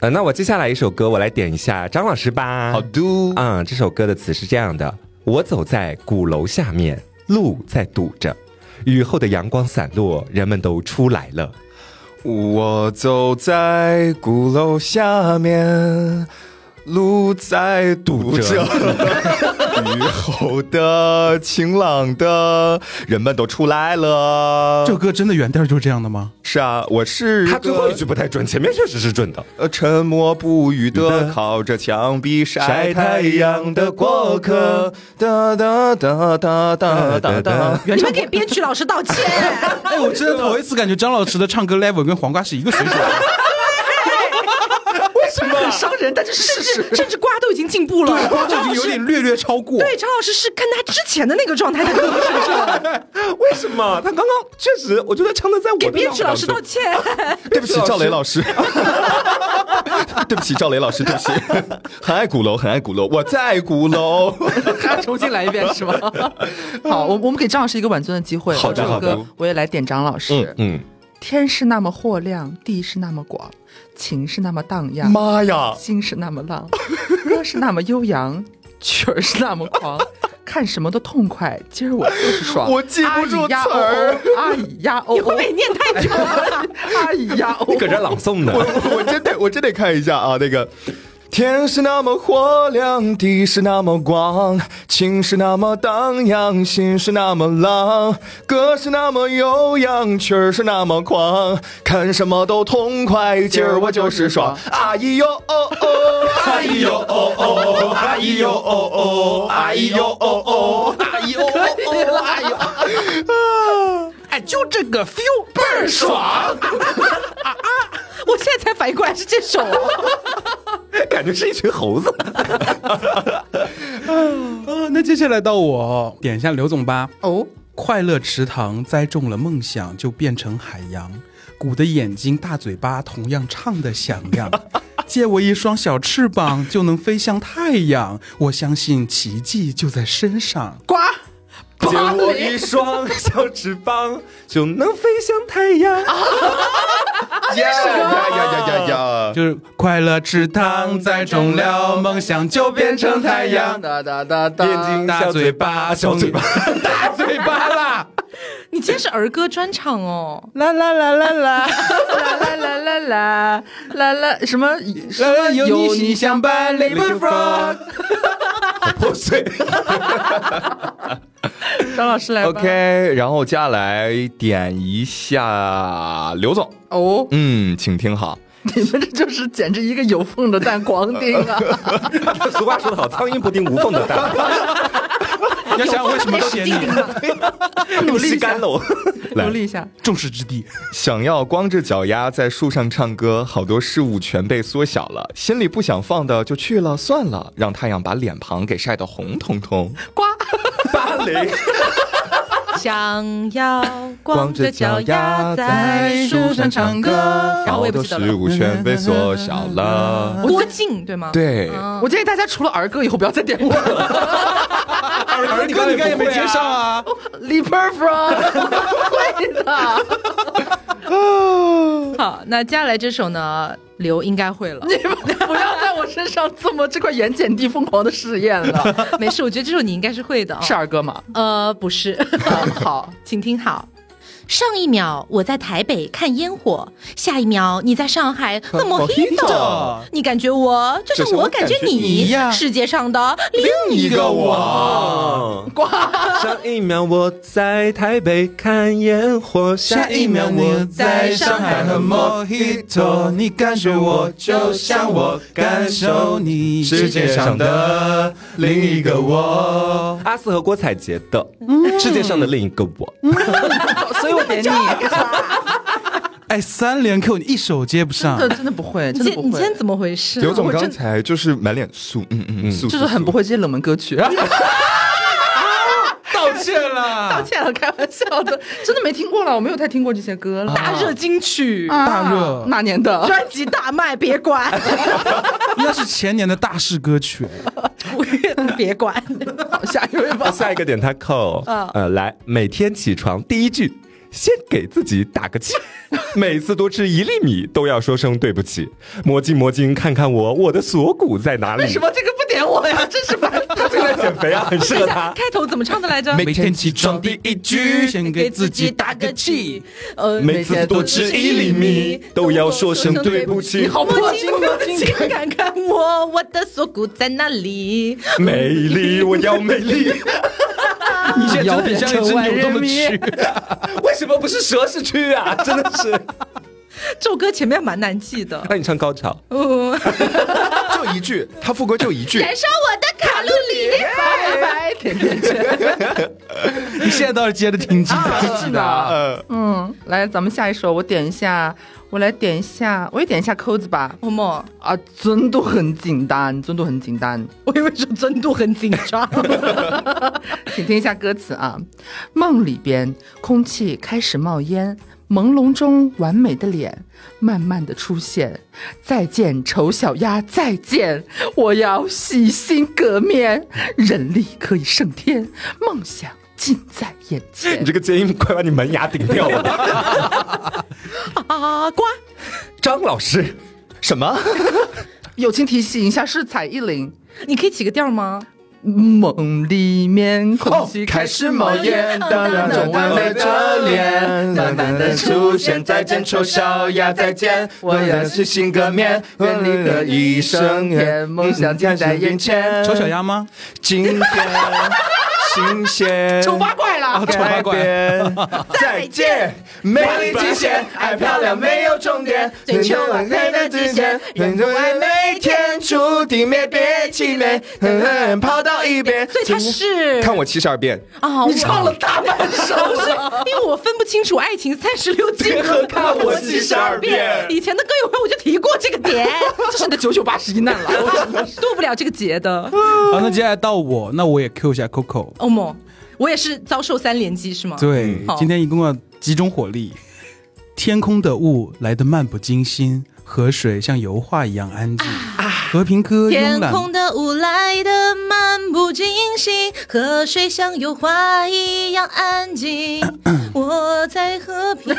Speaker 2: 呃，那我接下来一首歌，我来点一下张老师吧。
Speaker 4: 好嘟，
Speaker 2: 嗯，这首歌的词是这样的：我走在鼓楼下面，路在堵着，雨后的阳光散落，人们都出来了。
Speaker 4: 我走在鼓楼下面，路在堵着。 <laughs> 雨后的晴朗的，人们都出来了。
Speaker 5: 这首歌真的原调就是这样的 <laughs> 吗？
Speaker 4: 是啊，我是
Speaker 2: 他最后
Speaker 4: 个
Speaker 2: 一句不太准，前面确实是准的。
Speaker 4: 呃，沉默不语
Speaker 2: 的
Speaker 4: 的靠着墙壁晒太阳的过客，哒哒哒哒哒哒哒。
Speaker 1: 你们给编曲老师道歉。 <laughs>
Speaker 5: 哎，我真的头一次感觉张老师的唱歌 level 跟黄瓜是一个水准。
Speaker 3: 为什么很伤人？但是事实
Speaker 1: 甚
Speaker 3: <laughs>
Speaker 1: 至甚至瓜都已经进步了，
Speaker 5: 这已经有点略略超过。
Speaker 1: 对，张老师是跟他之前的那个状态，他可 <laughs> 能是
Speaker 2: 为什么？啊他刚刚确实，我觉得唱的在我
Speaker 1: 给
Speaker 2: 的
Speaker 1: 编
Speaker 2: 脑
Speaker 1: 曲老师道歉。 <laughs>
Speaker 4: <laughs> 对不起，赵雷老师。 <laughs> 对不起，赵雷老师，对不起， <laughs> 很爱鼓楼，很爱鼓楼，我在鼓楼。
Speaker 3: 还要重新来一遍是吗？好，我我们给张老师一个挽尊的机会。
Speaker 2: 好的
Speaker 3: 这首
Speaker 2: 好
Speaker 3: 歌
Speaker 2: 的
Speaker 3: 我也来点张老师。
Speaker 2: 嗯嗯，
Speaker 3: 天是那么豁亮，地是那么广，情是那么荡漾，
Speaker 4: 妈呀！
Speaker 3: 心是那么浪， <laughs> 歌是那么悠扬，曲儿是那么狂，看什么都痛快，今儿我就是爽。
Speaker 4: 我记不住
Speaker 3: 阿姨呀
Speaker 4: 词儿，
Speaker 3: 哦哦阿姨呀哦
Speaker 1: 你会不会
Speaker 3: 哦，
Speaker 1: 念太 <laughs> 久了？
Speaker 3: 阿姨呀哦
Speaker 2: 你搁
Speaker 3: 哦，
Speaker 2: 这朗诵呢？
Speaker 4: 我我真得我真得看一下啊，那个。天是那么豁亮，地是那么广，情是那么荡漾，心是那么浪，歌是那么悠扬，曲儿是那么狂，看什么都痛快，今儿我就是爽。阿姨哟哦哦，阿姨哟哦哦，阿姨哟哦哦，阿姨哟哦哦，阿姨哟哦哦，阿姨哟。
Speaker 5: 哎，就这个 feel 倍儿爽。
Speaker 1: 我现在才反应过来是这首。
Speaker 2: <laughs> 感觉是一群猴子。
Speaker 5: 啊，那接下来到我点一下刘总吧。
Speaker 3: 哦，
Speaker 5: 快乐池塘栽种了梦想，就变成海洋。鼓的眼睛，大嘴巴，同样唱的响 <laughs> 亮。借我一双小翅膀，就能飞向太阳。我相信奇迹就在身上。
Speaker 3: 瓜。
Speaker 4: <laughs>
Speaker 2: 借我一双小翅膀，就能飞向太
Speaker 5: <laughs>
Speaker 2: 阳。
Speaker 5: 啊
Speaker 4: <laughs> 呀呀呀呀呀！
Speaker 5: 就是快乐池塘栽种了梦想，就变成太 <laughs> 阳。
Speaker 3: 哒哒哒哒，
Speaker 2: 眼睛
Speaker 5: 大嘴巴，
Speaker 2: 小嘴巴，
Speaker 5: 大嘴巴 <laughs> 啦！
Speaker 1: <laughs> 你今天是儿歌专场哦，
Speaker 3: 啦啦啦啦啦啦啦啦啦啦啦啦什么什么有你相伴
Speaker 5: <laughs>
Speaker 3: ，Little Frog，
Speaker 2: 好破碎。
Speaker 3: 张老师来吧
Speaker 4: OK，然后接下来点一下刘总，
Speaker 3: 哦，
Speaker 4: 嗯，请听好，
Speaker 3: 你们这就是简直一个有缝的蛋狂钉啊！
Speaker 2: 俗话说得好，苍蝇不叮无缝的 <laughs> 蛋。
Speaker 5: 你要想 <laughs> 我为什么写你
Speaker 2: 努力啊干喽。
Speaker 3: 努力一下，
Speaker 5: 众矢之的。
Speaker 4: 想要光着脚丫在树上唱歌，好多事物全被缩小了，心里不想放的就去了算了，让太阳把脸庞给晒得红彤彤。
Speaker 3: 瓜
Speaker 2: 芭蕾，
Speaker 1: 想要光着脚丫在
Speaker 4: 在
Speaker 1: 树上唱歌，然后我
Speaker 4: 好
Speaker 1: 也不
Speaker 4: 多
Speaker 1: 记得了
Speaker 4: 事。物全被缩小了。
Speaker 1: 郭靖对吗？，
Speaker 4: 对，
Speaker 3: 我建议大家除了儿歌以后不要再点我了。
Speaker 5: 儿歌你刚才也没接上啊。
Speaker 3: Little Frog，会的，
Speaker 1: 好，那接下来这首呢，刘应该会了。<laughs>
Speaker 3: <laughs> 你们不要在我身上这么这块盐碱地疯狂的试验了，
Speaker 1: 没事，我觉得这首你应该是会的啊、
Speaker 3: <laughs> 是儿歌吗？
Speaker 1: 呃，不是。
Speaker 3: 好，
Speaker 1: 请听好。上一秒我在台北看烟火，下一秒你在上海喝 mojito，
Speaker 5: mojito
Speaker 1: 你感觉我就
Speaker 2: 就是
Speaker 1: 像
Speaker 2: 我
Speaker 1: 我感觉
Speaker 2: 感觉
Speaker 5: 你
Speaker 1: 你
Speaker 5: 呀，
Speaker 1: 世界上的另
Speaker 5: 一个我，
Speaker 2: 上一秒我在台北看烟火，下一秒我
Speaker 1: 在上海
Speaker 5: 和
Speaker 1: 喝
Speaker 5: Mojito，你感觉我就像我感受你
Speaker 2: 世界上
Speaker 5: 的
Speaker 2: 另一个我。阿四和郭采洁的《世界上的另一个我》，
Speaker 3: 所以我点你，
Speaker 5: 哎，三连扣你一手接不
Speaker 3: <laughs>
Speaker 5: 上
Speaker 3: 这，真的不会，真
Speaker 1: 你
Speaker 3: 的
Speaker 1: 今
Speaker 3: 不
Speaker 1: 你今
Speaker 3: 会
Speaker 1: 天。怎么回事、
Speaker 4: 刘
Speaker 1: 啊？
Speaker 4: 总
Speaker 3: 我真
Speaker 4: 刚才就是满脸素，嗯嗯嗯，素
Speaker 3: 就是很不。会这些冷门歌曲， <laughs>
Speaker 5: 道歉了
Speaker 3: 抱。歉了，开玩笑的，真的没听过了，我没有太听过这些歌了。
Speaker 1: 大热金曲、
Speaker 3: 啊
Speaker 5: 大热
Speaker 3: 哪年的？
Speaker 1: 专辑大卖，别管，
Speaker 5: 那是前年的大势歌曲，
Speaker 1: 别管。
Speaker 3: 好，下一位吧。
Speaker 2: 嗯下一个点他扣。呃，来，每天起床第一句。先给自己打个气。 <laughs> 每次多吃一粒米都要说声对不起。魔镜魔镜，看看我，我的锁骨在哪里？<laughs>
Speaker 3: <laughs> 为什么这个不点我呀？真是 <laughs> 白
Speaker 2: 他正在减肥啊，很适合 <laughs> 他。
Speaker 1: 开头怎么唱的来着？
Speaker 5: 每天起床第一句先给自己打个气。，
Speaker 1: 呃，
Speaker 2: 每次多吃一厘米都要说声对不起
Speaker 1: 你好
Speaker 3: 墨
Speaker 1: 墨
Speaker 3: 镜
Speaker 1: 镜，墨镜，看看我，我的锁骨在哪里？
Speaker 2: <laughs> 美丽，我要美丽。
Speaker 5: 你现在真的很像一只扭动的蛆。
Speaker 2: 为什么不是蛇是蛆啊？ <laughs> 真的是。
Speaker 1: 这首歌前面蛮难记的，
Speaker 2: 那你唱高潮，
Speaker 1: 嗯，
Speaker 4: 就一句，他副歌就一 <laughs> 句，
Speaker 1: 燃烧我的卡路里。
Speaker 3: 白白甜甜圈。
Speaker 5: <laughs> 你现在倒是接着听记得，
Speaker 3: 啊是的，
Speaker 4: 呃，
Speaker 3: 嗯，来，咱们下一首，我点一下，我来点一下，我也点一下扣子吧。
Speaker 1: 萌萌，
Speaker 3: 啊，真的很简单，真的很简单。
Speaker 1: 我以为说真度很紧张。
Speaker 3: 请听一下歌词啊，梦里边空气开始冒烟，朦胧中完美的脸慢慢的出现。再见，丑小鸭，再见！我要洗心革面，人力可以胜天，梦想近在眼前
Speaker 2: 你。这个尖音快把你门牙顶掉了。
Speaker 1: 啊，瓜，
Speaker 2: 张老师，
Speaker 4: 什么？
Speaker 3: 友情提醒一下，是蔡依林。
Speaker 1: 你可以起个调吗？
Speaker 3: 梦里面空
Speaker 4: 哦
Speaker 3: 气，
Speaker 4: 开始冒烟，当然
Speaker 3: 种
Speaker 4: 中
Speaker 3: 完
Speaker 4: 完
Speaker 3: 美
Speaker 4: 美
Speaker 3: 的
Speaker 4: 的
Speaker 3: 脸
Speaker 4: 脸，慢
Speaker 3: 慢慢
Speaker 4: 慢
Speaker 3: 地
Speaker 4: 的
Speaker 3: 出
Speaker 4: 出
Speaker 3: 现
Speaker 4: 现，
Speaker 3: 再
Speaker 4: 再
Speaker 3: 见
Speaker 4: 见
Speaker 3: 丑
Speaker 4: 丑
Speaker 3: 小
Speaker 4: 小
Speaker 3: 鸭
Speaker 4: 鸭，
Speaker 3: 再
Speaker 4: 再
Speaker 3: 见
Speaker 4: 见，
Speaker 3: 我
Speaker 4: 我
Speaker 3: 的
Speaker 4: 的
Speaker 3: 是
Speaker 4: 是心革面，
Speaker 3: 愿
Speaker 4: 愿
Speaker 3: 你
Speaker 4: 你
Speaker 3: 的
Speaker 4: 的
Speaker 3: 一
Speaker 4: 一
Speaker 3: 生
Speaker 4: 生
Speaker 3: 愿
Speaker 4: 愿
Speaker 3: 梦想近在眼前
Speaker 4: 前。
Speaker 5: 丑小鸭吗？
Speaker 4: 今天新鲜，
Speaker 3: 丑八怪
Speaker 4: 哦
Speaker 3: 了。
Speaker 5: 丑
Speaker 4: 改
Speaker 5: 八怪
Speaker 4: 变再见，美丽极限，爱漂亮没有终点，
Speaker 1: 追求完美的极限人生完
Speaker 4: 每天注定没别气馁，狠狠抛到一边。
Speaker 1: 所以它是
Speaker 4: 看我七十二变，
Speaker 1: 啊，
Speaker 3: 你唱了大半首了。
Speaker 1: 我，因为我分不清楚爱情三十六计
Speaker 4: 和看我
Speaker 1: 72
Speaker 4: 72变
Speaker 1: 以前的歌友会我就提过这个点，
Speaker 3: 这是你的九九八十一难
Speaker 4: <laughs>
Speaker 3: 了。
Speaker 1: 渡不了这个劫的。
Speaker 5: 好，那接下来到我，那我也 Q 一下 Coco。
Speaker 1: 欧哦某，我也是遭受三连击是吗？
Speaker 5: 对
Speaker 1: 啊好，
Speaker 5: 今天一共要集中火力。天空的雾来得漫不经心，河水像油画一样安静。和平鸽慵
Speaker 1: 天
Speaker 5: 懒
Speaker 1: 空的雾来的漫不经心，河水像油画一样安
Speaker 5: <clears throat>
Speaker 1: 静。我在和平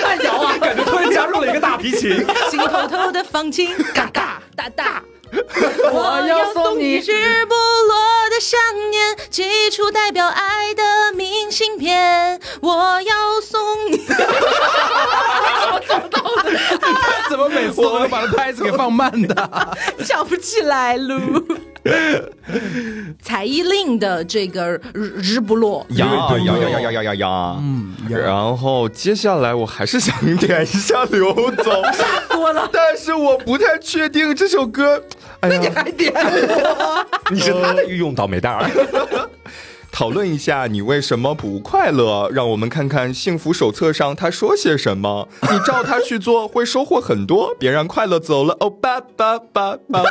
Speaker 3: 慢摇啊，
Speaker 2: 哎感觉突然加入了一个大提琴。
Speaker 1: 心偷偷的放晴，
Speaker 3: 嘎嘎！
Speaker 1: 哒哒。
Speaker 3: 我要送你
Speaker 1: 日不落的想念，寄出代表爱的明信片。 <laughs> 我要送你，
Speaker 5: <laughs> 怎么每次都能把它拍子给放慢
Speaker 2: <laughs>
Speaker 5: 的？
Speaker 1: 想不起来喽。
Speaker 5: <laughs>
Speaker 1: 蔡依林的这个日日不落，
Speaker 4: 呀呀呀呀呀呀呀呀！嗯，然后接下来我还是想点一下刘
Speaker 1: <laughs>
Speaker 4: 总，
Speaker 1: 多了。
Speaker 4: 但是我不太确定这首歌。哎呀，
Speaker 3: 还
Speaker 4: <laughs>
Speaker 3: 点
Speaker 2: 你是他的御用倒霉蛋
Speaker 3: <laughs>
Speaker 2: 儿。
Speaker 4: 讨论一下你为什么不快乐，让我们看看幸福手册上他说些什么。你照他去做，会收获很多。别让快乐走了，哦吧吧吧吧。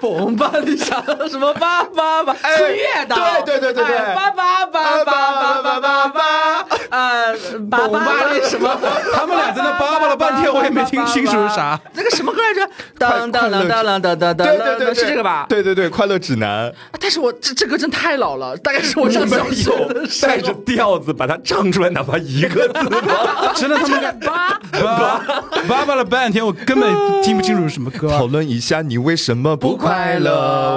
Speaker 3: 蹦吧，你想到什么吧吧吧？
Speaker 4: 哎
Speaker 3: 孙悦的，
Speaker 4: 对对对对对
Speaker 3: 哎吧吧吧吧吧吧吧吧，呃，蹦吧那什么？
Speaker 5: 他们俩在那叭叭了半天，我也没听清楚是啥。
Speaker 3: 那个什么歌来着？当当当当当当当
Speaker 4: 对对
Speaker 3: 当
Speaker 4: 对，
Speaker 3: 当，是这个吧？
Speaker 4: 对对对，快乐指南。
Speaker 3: 啊。但是我这这歌真太老了，大概是我上小学的时候
Speaker 2: 带
Speaker 4: <laughs>
Speaker 2: 着调子把它唱出来，哪怕一个字吗？
Speaker 5: 真的，他们俩
Speaker 3: 吧。
Speaker 5: 叭 <laughs> 叭叭了半天，我根本听不清楚是什么
Speaker 4: 讨
Speaker 5: 歌。
Speaker 4: 论一下你为什么不快乐。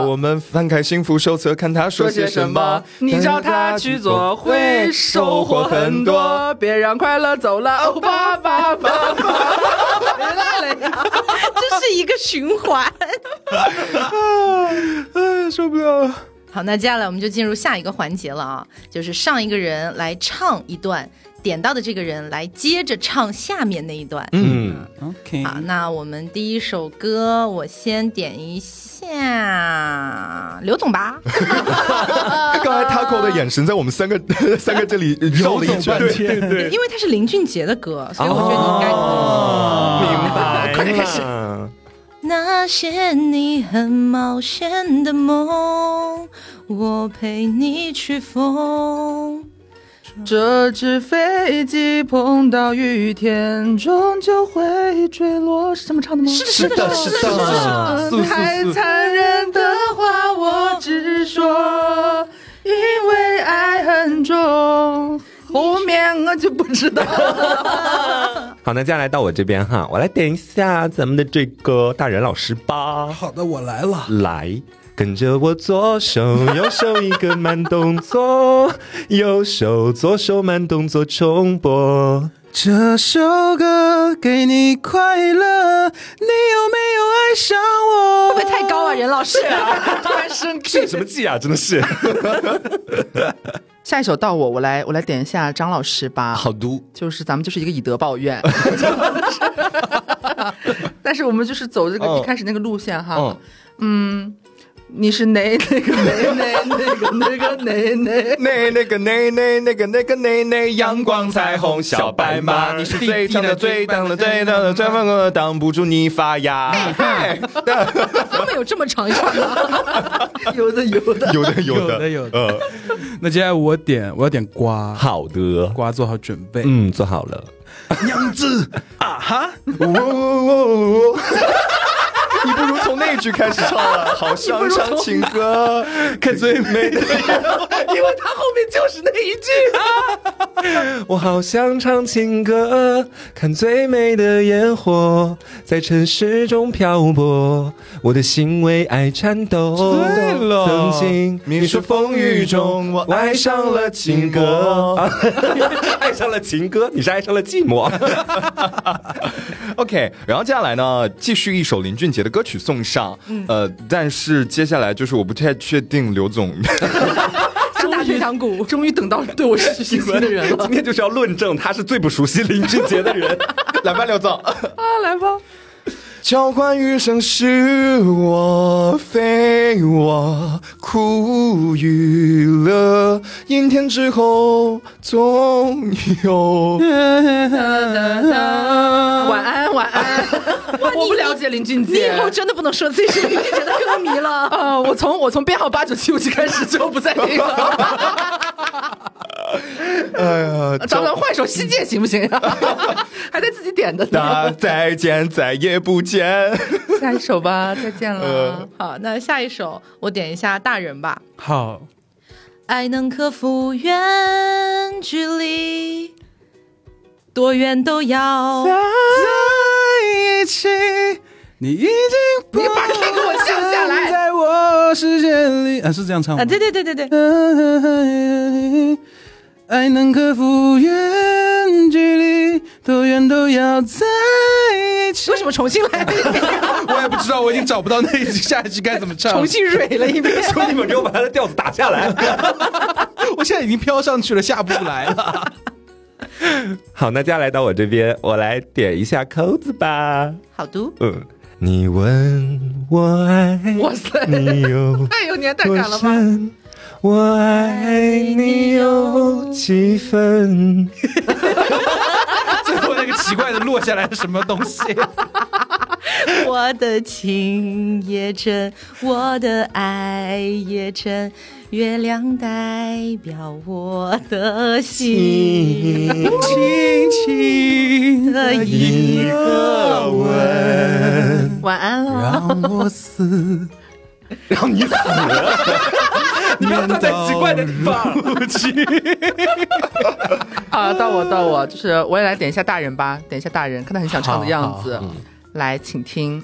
Speaker 4: 我们翻开幸福手册，看他说些什么。
Speaker 3: 你照他去做，会收获很多。别让快乐走了，哦吧吧吧吧。别来了呀！
Speaker 1: 这是一个循环。
Speaker 4: 哎，受不了了。
Speaker 1: 好，那接下来我们就进入下一个环节了啊，就是上一个人来唱一段，点到的这个人来接着唱下面那一段。
Speaker 2: 嗯，
Speaker 5: OK，
Speaker 1: 好，那我们第一首歌，我先点一下刘总吧。
Speaker 4: <laughs> 刚才 Taco 的眼神在我们三个 <laughs> 三个这里绕了一圈，
Speaker 5: 天，
Speaker 2: <laughs> 对，
Speaker 1: 因为它是林俊杰的歌，所以我觉得你应该。
Speaker 5: 哦
Speaker 2: 明白。 <laughs> 快点开始，
Speaker 1: 那些你很冒险的梦，我陪你去疯。
Speaker 3: 这只飞机碰到雨天，终究会坠落。是这么唱的吗？是
Speaker 1: 是的，是的，
Speaker 5: 是不是
Speaker 3: 太残忍的话，我只说，因为爱很重。那就不知道了。
Speaker 2: 好，那接下来到我这边哈，我来点一下咱们的这个大人老师吧。
Speaker 5: 好的，我来了。
Speaker 2: 来，跟着我左手右手一个慢动作，右手左手慢动作重播。
Speaker 5: 这首歌给你快乐，你有没有爱上我？
Speaker 6: 会不会太高啊，任老师？
Speaker 3: 突然生
Speaker 2: <laughs> 这什么记啊？真的是
Speaker 3: 下一首到我，我来我来点一下张老师吧。
Speaker 2: 好毒。
Speaker 3: 就是咱们就是一个以德报怨，但是我们就是走这个
Speaker 2: 嗯
Speaker 3: 一开始那个路线哈。
Speaker 2: 嗯
Speaker 3: 嗯，你是哪哪个哪哪哪个哪个哪哪？
Speaker 4: 那那个那那那个那个那那阳光彩虹小白马，你是哎最强的最当的最当的最放的，哎挡不住你发芽。嘿 <laughs>
Speaker 6: 他们有这么长一串吗？
Speaker 3: 有的有的。
Speaker 2: 有的有
Speaker 5: 有
Speaker 2: 的
Speaker 5: 的有的
Speaker 2: 呃，
Speaker 5: <laughs> 那接下来我点我要点瓜，
Speaker 2: 好的，
Speaker 5: 瓜做好准备。
Speaker 2: 嗯，做好了。
Speaker 4: 啊 <laughs> 你不如从那句开始唱了， <laughs> 好像伤情 <laughs> 歌，看最
Speaker 2: <laughs>
Speaker 4: 美的。
Speaker 2: <laughs> 我好想唱情歌，看最美的烟火在城市中漂泊，我的心为爱颤抖。
Speaker 4: 对了
Speaker 2: 曾经
Speaker 4: 你说风雨中我爱上了情歌
Speaker 2: 啊 <laughs> 爱上了情歌，你是爱上了寂 <laughs> 寞。
Speaker 4: OK，然后接下来呢，继续一首林俊杰的歌曲送上。呃，但是接下来就是我不太确定刘总 <laughs>
Speaker 6: 想打退堂鼓。
Speaker 3: 终于等到对我失去信心的人了
Speaker 2: 今天就是要论证他是最不熟悉林俊杰的人。
Speaker 4: 来吧，刘总。
Speaker 3: 啊！来吧，
Speaker 4: 交换余生是我非我，苦与乐，阴天之后总 <laughs> 有。
Speaker 3: 晚安晚安。我不了解林俊
Speaker 6: 你以
Speaker 3: 杰。
Speaker 6: 后真的不能说自己是林俊杰的歌迷了。
Speaker 3: 啊、我从我从编号八九七五七开始就不再听了。
Speaker 4: 哎呀，
Speaker 3: 咱们换一首《西界》行不行呀、 <laughs> 还在自己点的呢。
Speaker 4: 那再见，再也不见。
Speaker 3: 下一首 <laughs> 吧，再见了。
Speaker 1: 好，那下一首我点一下大人吧。
Speaker 5: 好，
Speaker 1: 爱能克服远距离，多远都要。
Speaker 5: 在一起，你已经不
Speaker 3: 你把这个给我降下来
Speaker 5: 存在我视线里啊，是这样唱吗？
Speaker 1: 啊，对对对对对，
Speaker 5: 爱能克服远距离，多远都要在一起。
Speaker 6: 为什么重新来了一遍？
Speaker 5: 我也不知道，我已经找不到那一句下一句该怎么唱了。
Speaker 6: 重新蕊了一遍？
Speaker 2: 兄弟们，给我把他的调子打下来。
Speaker 5: <laughs> 我现在已经飘上去了，下不来了。
Speaker 2: 好，那接下来到我这边，我来点一下扣子吧。
Speaker 1: 好读。
Speaker 2: 嗯，你问我爱
Speaker 3: 哇塞，
Speaker 2: 你 <laughs> 有
Speaker 3: 太有年代
Speaker 2: 多
Speaker 3: 感了吧！
Speaker 2: 深？我爱你有几分？
Speaker 5: <laughs> 最后那个奇怪的落下来是什么东西？
Speaker 1: 我的情也真，我的爱也真，月亮代表我的心
Speaker 5: 轻轻
Speaker 1: 的一个吻。晚安了，
Speaker 5: 让我死，
Speaker 2: 让你死！你不要站在奇怪的地方。
Speaker 3: 啊，到我到我，就是我也来点一下大人吧，点一下大人，看他很想唱的样子。来，请听。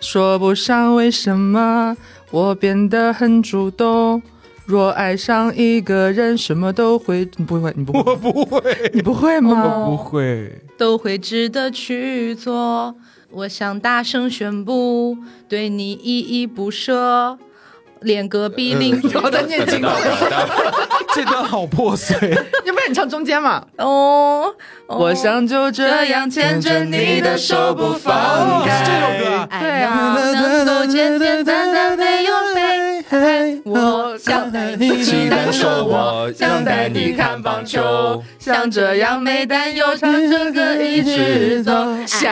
Speaker 3: 说不上为什么，我变得很主动。若爱上一个人，什么都会。你不会，你不会，我不会，你不会吗？
Speaker 5: 不会。
Speaker 1: 都会值得去做。我想大声宣布，对你依依不舍，连隔壁邻居
Speaker 3: 然后再念经吧。
Speaker 5: 这段好破碎，
Speaker 3: 要不然你唱中间嘛。
Speaker 1: 哦，哦
Speaker 3: 我想就
Speaker 1: 这
Speaker 3: 这样
Speaker 1: 样牵
Speaker 3: 牵着
Speaker 1: 着
Speaker 3: 你
Speaker 1: 你
Speaker 3: 的
Speaker 1: 的
Speaker 3: 手
Speaker 1: 手
Speaker 3: 不
Speaker 1: 不
Speaker 3: 放
Speaker 1: 放
Speaker 3: 开。
Speaker 1: 开
Speaker 5: 是这首歌
Speaker 1: 哦
Speaker 5: 啊
Speaker 3: 对
Speaker 1: 爱
Speaker 3: 啊
Speaker 1: 哎能够简简单单没有悲哀，我想带你
Speaker 4: 期待说我
Speaker 3: 想
Speaker 4: 想带
Speaker 3: 带你
Speaker 4: 你
Speaker 3: 看
Speaker 4: 看
Speaker 3: 棒
Speaker 4: 棒
Speaker 3: 球
Speaker 4: 球，
Speaker 3: 像这样没担忧，唱这歌一直走，笑，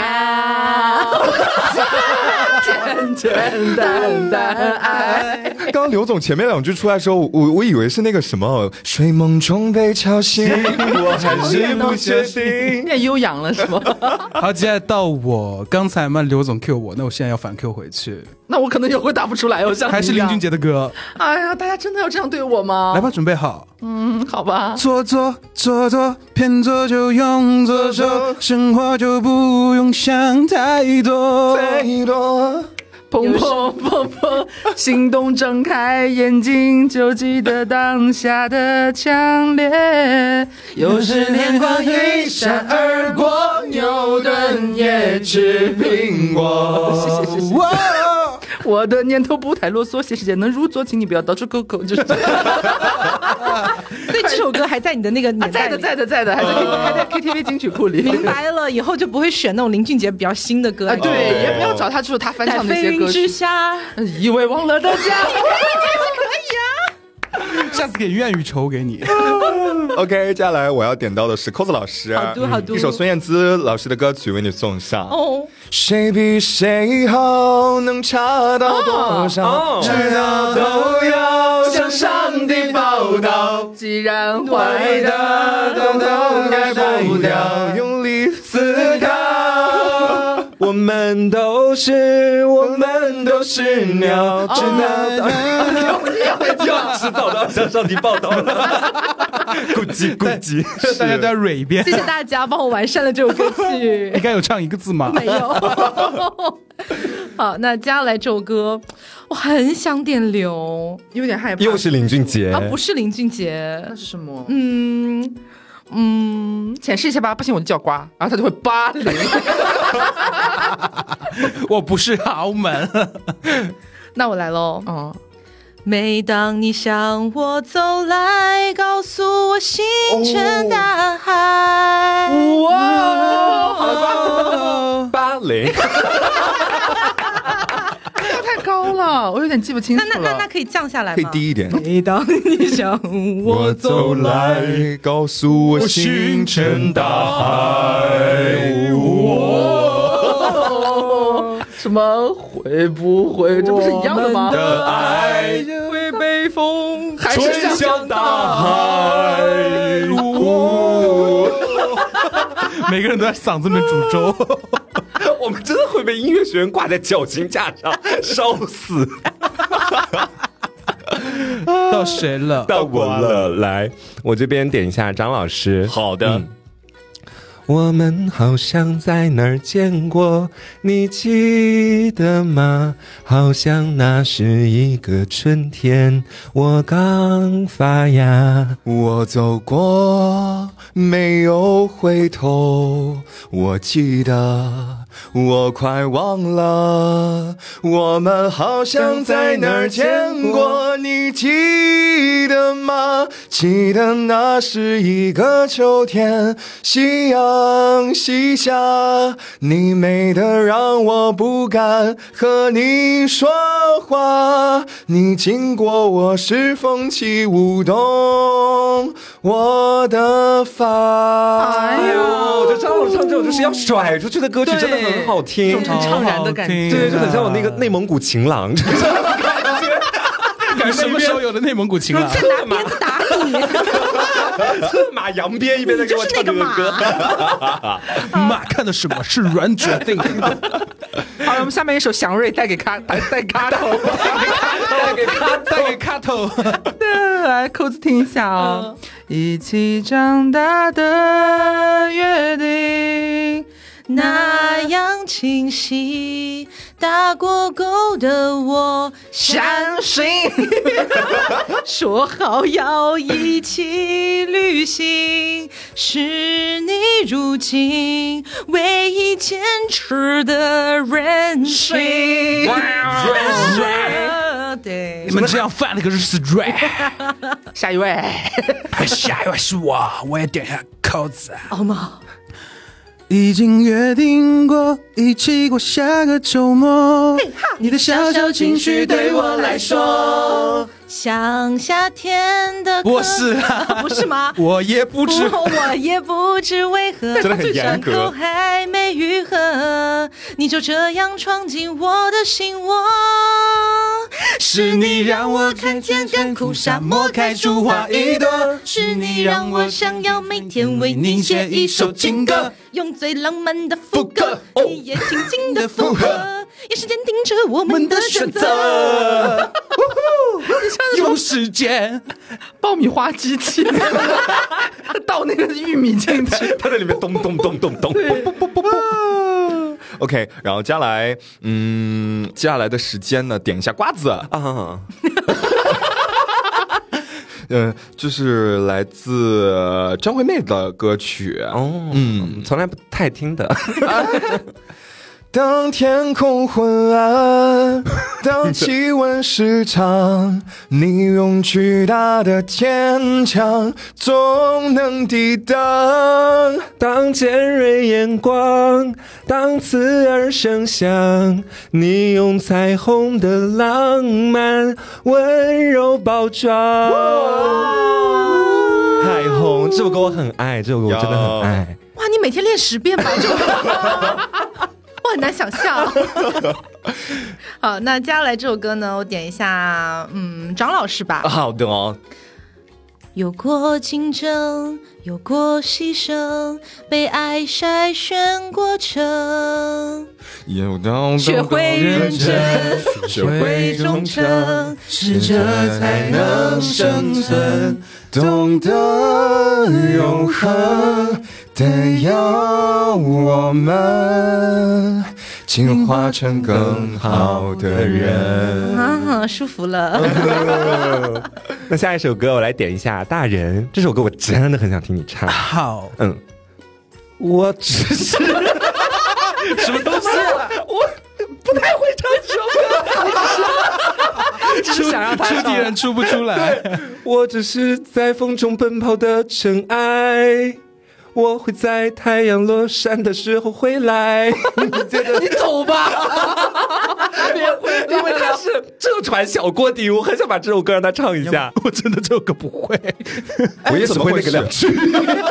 Speaker 3: 简简单单爱。
Speaker 4: 刚刚刘总前面两句出来的时候，我我以为是那个什么睡梦中被敲醒，我还是不确定。
Speaker 3: 变悠扬了是吗？
Speaker 5: 好，接下来到我，刚才嘛，刘总 Q 我，那我现在要反 Q 回去。
Speaker 3: <laughs> 那我可能也会打不出来哦，像你
Speaker 5: 还是
Speaker 3: 一
Speaker 5: 林
Speaker 3: 样
Speaker 5: 俊。杰的歌。
Speaker 3: 哎呀，大家真的要这样对我吗？
Speaker 5: 来吧，准备好。
Speaker 3: 嗯，好吧。
Speaker 5: 左左左左，偏左就用左手，生活就不用想太多。
Speaker 4: 最多
Speaker 3: 砰砰砰砰，心动睁开眼睛，就记得当下的强烈。有时灵光一闪而过，牛顿也吃苹果。谢谢谢谢。 <laughs>
Speaker 5: 哦
Speaker 3: 我的念头不太啰嗦，谢谢姐能入座，请你不要到处勾勾，就是这样。
Speaker 1: 所以这首歌还在你的那个
Speaker 3: 啊
Speaker 1: 年代
Speaker 3: 在
Speaker 1: 里
Speaker 3: 的在的在的，还在 K- 还在 KTV 金曲库里。
Speaker 1: 明白了，以后就不会选那种林俊杰比较新的歌
Speaker 3: 啊，
Speaker 1: 了。
Speaker 3: 对，也不要找他，就是他翻
Speaker 1: 哦在
Speaker 3: 唱那
Speaker 1: 飞
Speaker 3: 些
Speaker 1: 云
Speaker 3: 歌
Speaker 1: 之
Speaker 3: 曲。
Speaker 1: 下，
Speaker 3: 以为忘了的家。
Speaker 5: 下次给愿与愁给你。
Speaker 4: OK，接下来我要点到的是扣子老师，啊
Speaker 1: 好嘟好嘟
Speaker 4: 一首孙燕姿老师的歌曲为你送上。
Speaker 1: 哦，
Speaker 4: 谁比谁好，能差到多
Speaker 2: 哦
Speaker 4: 少？知道都要向上帝报道，
Speaker 3: 既然坏
Speaker 4: 的
Speaker 3: 的
Speaker 4: 都都改不了，用力思考。我们都是，我们都是
Speaker 2: 哦
Speaker 4: 鸟，只能
Speaker 2: <laughs> 哎迟早都要向上级报道了。
Speaker 4: <laughs> 咕叽咕 <laughs> 叽。
Speaker 5: 大家都要蕊一遍
Speaker 1: 谢，谢大家帮我完善了这首歌曲
Speaker 5: 应。该有唱一个字吗？
Speaker 1: 没有。 <laughs> 好，那接下来这首歌，我很想点刘
Speaker 3: 有点害怕。
Speaker 4: 又是林俊杰，
Speaker 1: 啊，不是林俊杰
Speaker 3: 那，是什么？
Speaker 1: 嗯嗯，
Speaker 3: 显示一下吧，不行我就叫瓜，然后他就会八零。
Speaker 5: 我不是豪门。
Speaker 1: 那我来喽。
Speaker 3: 哦，
Speaker 1: 每当你向我走来，告诉我星辰大海。
Speaker 5: 哇！
Speaker 4: 芭
Speaker 1: <laughs>
Speaker 4: 蕾。
Speaker 3: 这太高了，我有点记不清
Speaker 1: 那
Speaker 3: 楚
Speaker 1: 那
Speaker 3: 了。
Speaker 1: 那那可以降下来吗？
Speaker 4: 可以低一点。
Speaker 1: 每当你向
Speaker 4: <laughs>
Speaker 1: 我走来，，
Speaker 4: 告诉我星辰大海。
Speaker 3: 什么会不会？这不是一样的吗？
Speaker 4: 的爱
Speaker 1: 会被风
Speaker 3: 还是想
Speaker 4: 向大哦海。
Speaker 5: <laughs> 每个人都在嗓子里面煮粥。
Speaker 2: 我们真的会被音乐学院挂在绞刑架上烧死。
Speaker 5: 到谁了？
Speaker 2: 到我了，
Speaker 4: 来，
Speaker 2: 我这边点一下张老师。
Speaker 4: 好的，
Speaker 2: 我们好像在哪儿见过，你记得吗？好像那是一个春天，我刚发芽。
Speaker 4: 我走过，没有回
Speaker 1: 嗯
Speaker 4: 头。我记得，我快忘了。我们好像在哪儿见过，你记得吗？记得那是一个秋天，夕阳西下，你美得让我不敢和你说话。你经过我时，风起舞动我的发。
Speaker 3: 哎
Speaker 2: 哎呦，我
Speaker 3: 呦，
Speaker 2: 觉得张老师唱这种就是要甩出去的歌曲，
Speaker 3: 对
Speaker 2: 真的很好听，
Speaker 3: 这种怅然的感觉
Speaker 2: 对，就很
Speaker 5: <laughs>
Speaker 2: 像我那个内蒙古情郎，就是
Speaker 5: 你什么时候有的内蒙古 <laughs> 情郎？啊
Speaker 1: 拿鞭子打你，
Speaker 2: 策马扬鞭一边在给我
Speaker 1: 就是那
Speaker 2: 唱
Speaker 1: 个
Speaker 2: 这个歌。
Speaker 1: 马。
Speaker 6: <laughs>
Speaker 5: 马看的什么是软决定？
Speaker 3: 好了，我们下面一首祥瑞带给 <laughs> 卡带带卡头，带给卡头，带给卡 <laughs> 头，来扣子听一下哦。一起长大的约定，
Speaker 1: 那样清晰，大过狗的我，
Speaker 3: 相
Speaker 5: <laughs>
Speaker 3: 信。
Speaker 1: 说好要一起旅行，是你如今唯一坚持的任性。啊对
Speaker 5: 你，们这样犯的可是死罪。
Speaker 6: <laughs>
Speaker 3: 下一位，
Speaker 5: 下一位是我，我也点一下扣子。
Speaker 1: 好吗？
Speaker 5: 已经约定过，一起过下个周末。你的小小情绪对我来说，
Speaker 1: 像夏天的
Speaker 5: 我
Speaker 1: 可
Speaker 5: 是啊
Speaker 1: <laughs> 不是吗？
Speaker 5: 我也不知
Speaker 1: 不我也不知为何，
Speaker 4: 真的很严格
Speaker 1: 伤口还没愈合，你就这样闯进我的心窝，
Speaker 2: 是你让我看见干枯沙漠开出花一朵，
Speaker 6: 是你让我想要每天为你写一首情歌，用最浪漫的副歌，你也轻轻的附和，眼神坚定着我们的选择。
Speaker 5: <laughs> 有时间，
Speaker 3: 爆米花机器 <laughs> 倒那个玉米进去， <laughs>
Speaker 2: 它在里面咚咚咚咚咚，不不不不。
Speaker 4: <laughs> OK，然后接下来，嗯，接下来的时间呢，点一下瓜子 <laughs> 啊。嗯，就是来自呃张惠妹的歌曲。
Speaker 2: 哦，嗯，从来不太听的。
Speaker 4: 当天空昏暗，当气温失常，你用巨大的坚强总能抵挡。
Speaker 2: 当尖锐眼光，当刺耳声响，你用彩虹的浪漫温柔包装。彩虹，这首歌我很爱，这首歌我真的很爱。
Speaker 1: 哇，你每天练十遍吧，这个我很难想象。好，那接下来这首歌呢，我点一下，嗯，张老师吧。
Speaker 4: 好的哦，
Speaker 6: 有过竞争，有过牺牲，被爱筛选过程，
Speaker 4: 有当
Speaker 6: 学会认真，
Speaker 4: 学会
Speaker 6: 被忠诚，
Speaker 4: 是这才能生存，懂得永恒，但要我们进化成更好的人。
Speaker 1: 啊，舒服了。
Speaker 2: <laughs> 那下一首歌我来点一下《大人》，这首歌我真的很想听你唱。
Speaker 5: 好，
Speaker 2: 嗯，我只
Speaker 5: <laughs>
Speaker 2: 是什么东西、啊？
Speaker 3: 只是想让他
Speaker 5: 出题人出不出来？
Speaker 2: 我只是在风中奔跑的尘埃。我会在太阳落山的时候回来。
Speaker 3: <laughs> 你走吧， <laughs>
Speaker 2: 因为他是浙传小锅底，我很想把这首歌让他唱一下。我真的这首歌不 <laughs> 会，
Speaker 4: 我也
Speaker 2: 怎
Speaker 4: 只
Speaker 2: 么
Speaker 4: 会
Speaker 2: 会
Speaker 4: 那
Speaker 2: 是
Speaker 4: 个两句。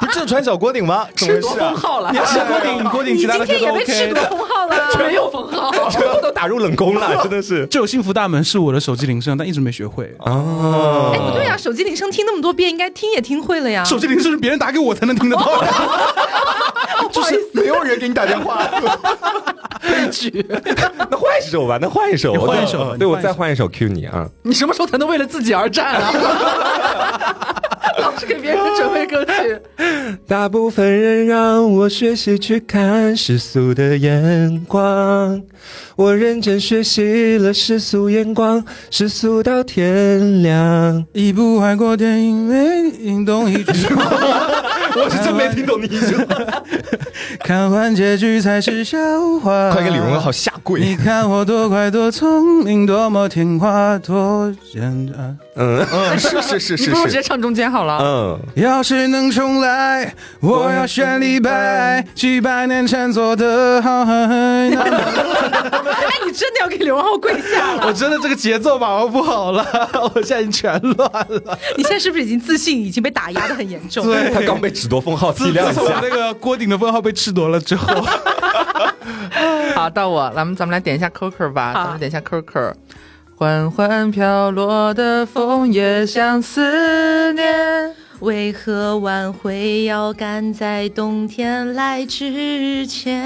Speaker 4: 不正传小锅顶吗？怎么回事啊？
Speaker 3: 号了，
Speaker 4: 吃锅顶，锅顶其他的歌都 OK 的。
Speaker 1: 封号了。
Speaker 3: 没有封号。
Speaker 2: 这都打入冷宫了，真的是。
Speaker 5: 这首《幸福大门》是我的手机铃声，但一直没学会。
Speaker 1: 哎，不对呀、手机铃声听那么多遍，应该听也听会了呀。
Speaker 5: 手机铃声是别人打给我才能听得 <laughs> 到的。
Speaker 4: 就是没有人给你打电话。
Speaker 2: <laughs> 那换一首吧，那换一首，
Speaker 5: 你换一首吧
Speaker 2: 对
Speaker 5: 你换一首
Speaker 2: 我再换一首 Q 你啊。
Speaker 3: <laughs> 你什么时候才能为了自己而战啊？老是给别人准备歌曲，
Speaker 2: 大部分人让我学习去看世俗的眼光，我认真学习了世俗眼光，世俗到天亮。
Speaker 5: 一部外国电影没听懂一句话，
Speaker 2: 我是真没听懂你一句话。
Speaker 5: 看完结局才是笑 <laughs> 话。
Speaker 4: 快
Speaker 2: <laughs>
Speaker 4: 给李
Speaker 2: 嗯
Speaker 4: 荣浩下跪！
Speaker 5: 你看我多快多聪明，多么听话，多啊简单。
Speaker 2: 嗯
Speaker 4: 嗯，是是是啊
Speaker 3: 你
Speaker 4: 是
Speaker 3: 不如直
Speaker 4: 是
Speaker 3: 接。唱中间好了。
Speaker 2: 嗯，
Speaker 5: 要是能重来，我要选李白，几百年前做的好很难。
Speaker 1: 哎，你真的要给刘浩跪下了？
Speaker 5: <laughs> 我真的这个节奏把握不好了， <laughs> 我现在已经全乱了。
Speaker 6: <laughs>
Speaker 1: 你现在是不是已经自信已经被打压的很严重？
Speaker 5: 对
Speaker 2: 他刚被豌豆封号
Speaker 5: 自
Speaker 2: 体谅
Speaker 4: <laughs>
Speaker 5: 自
Speaker 2: 一
Speaker 5: 从
Speaker 2: <laughs>
Speaker 5: 我
Speaker 2: 下。
Speaker 5: 那个锅顶的封号被赤夺了之后， <laughs>
Speaker 3: 好，到我，咱们咱们来点一下 Coco 吧，
Speaker 1: 好
Speaker 3: 咱们点一下 Coco。缓缓飘落的枫叶像思念，
Speaker 6: 为何挽回要赶在冬天来之前？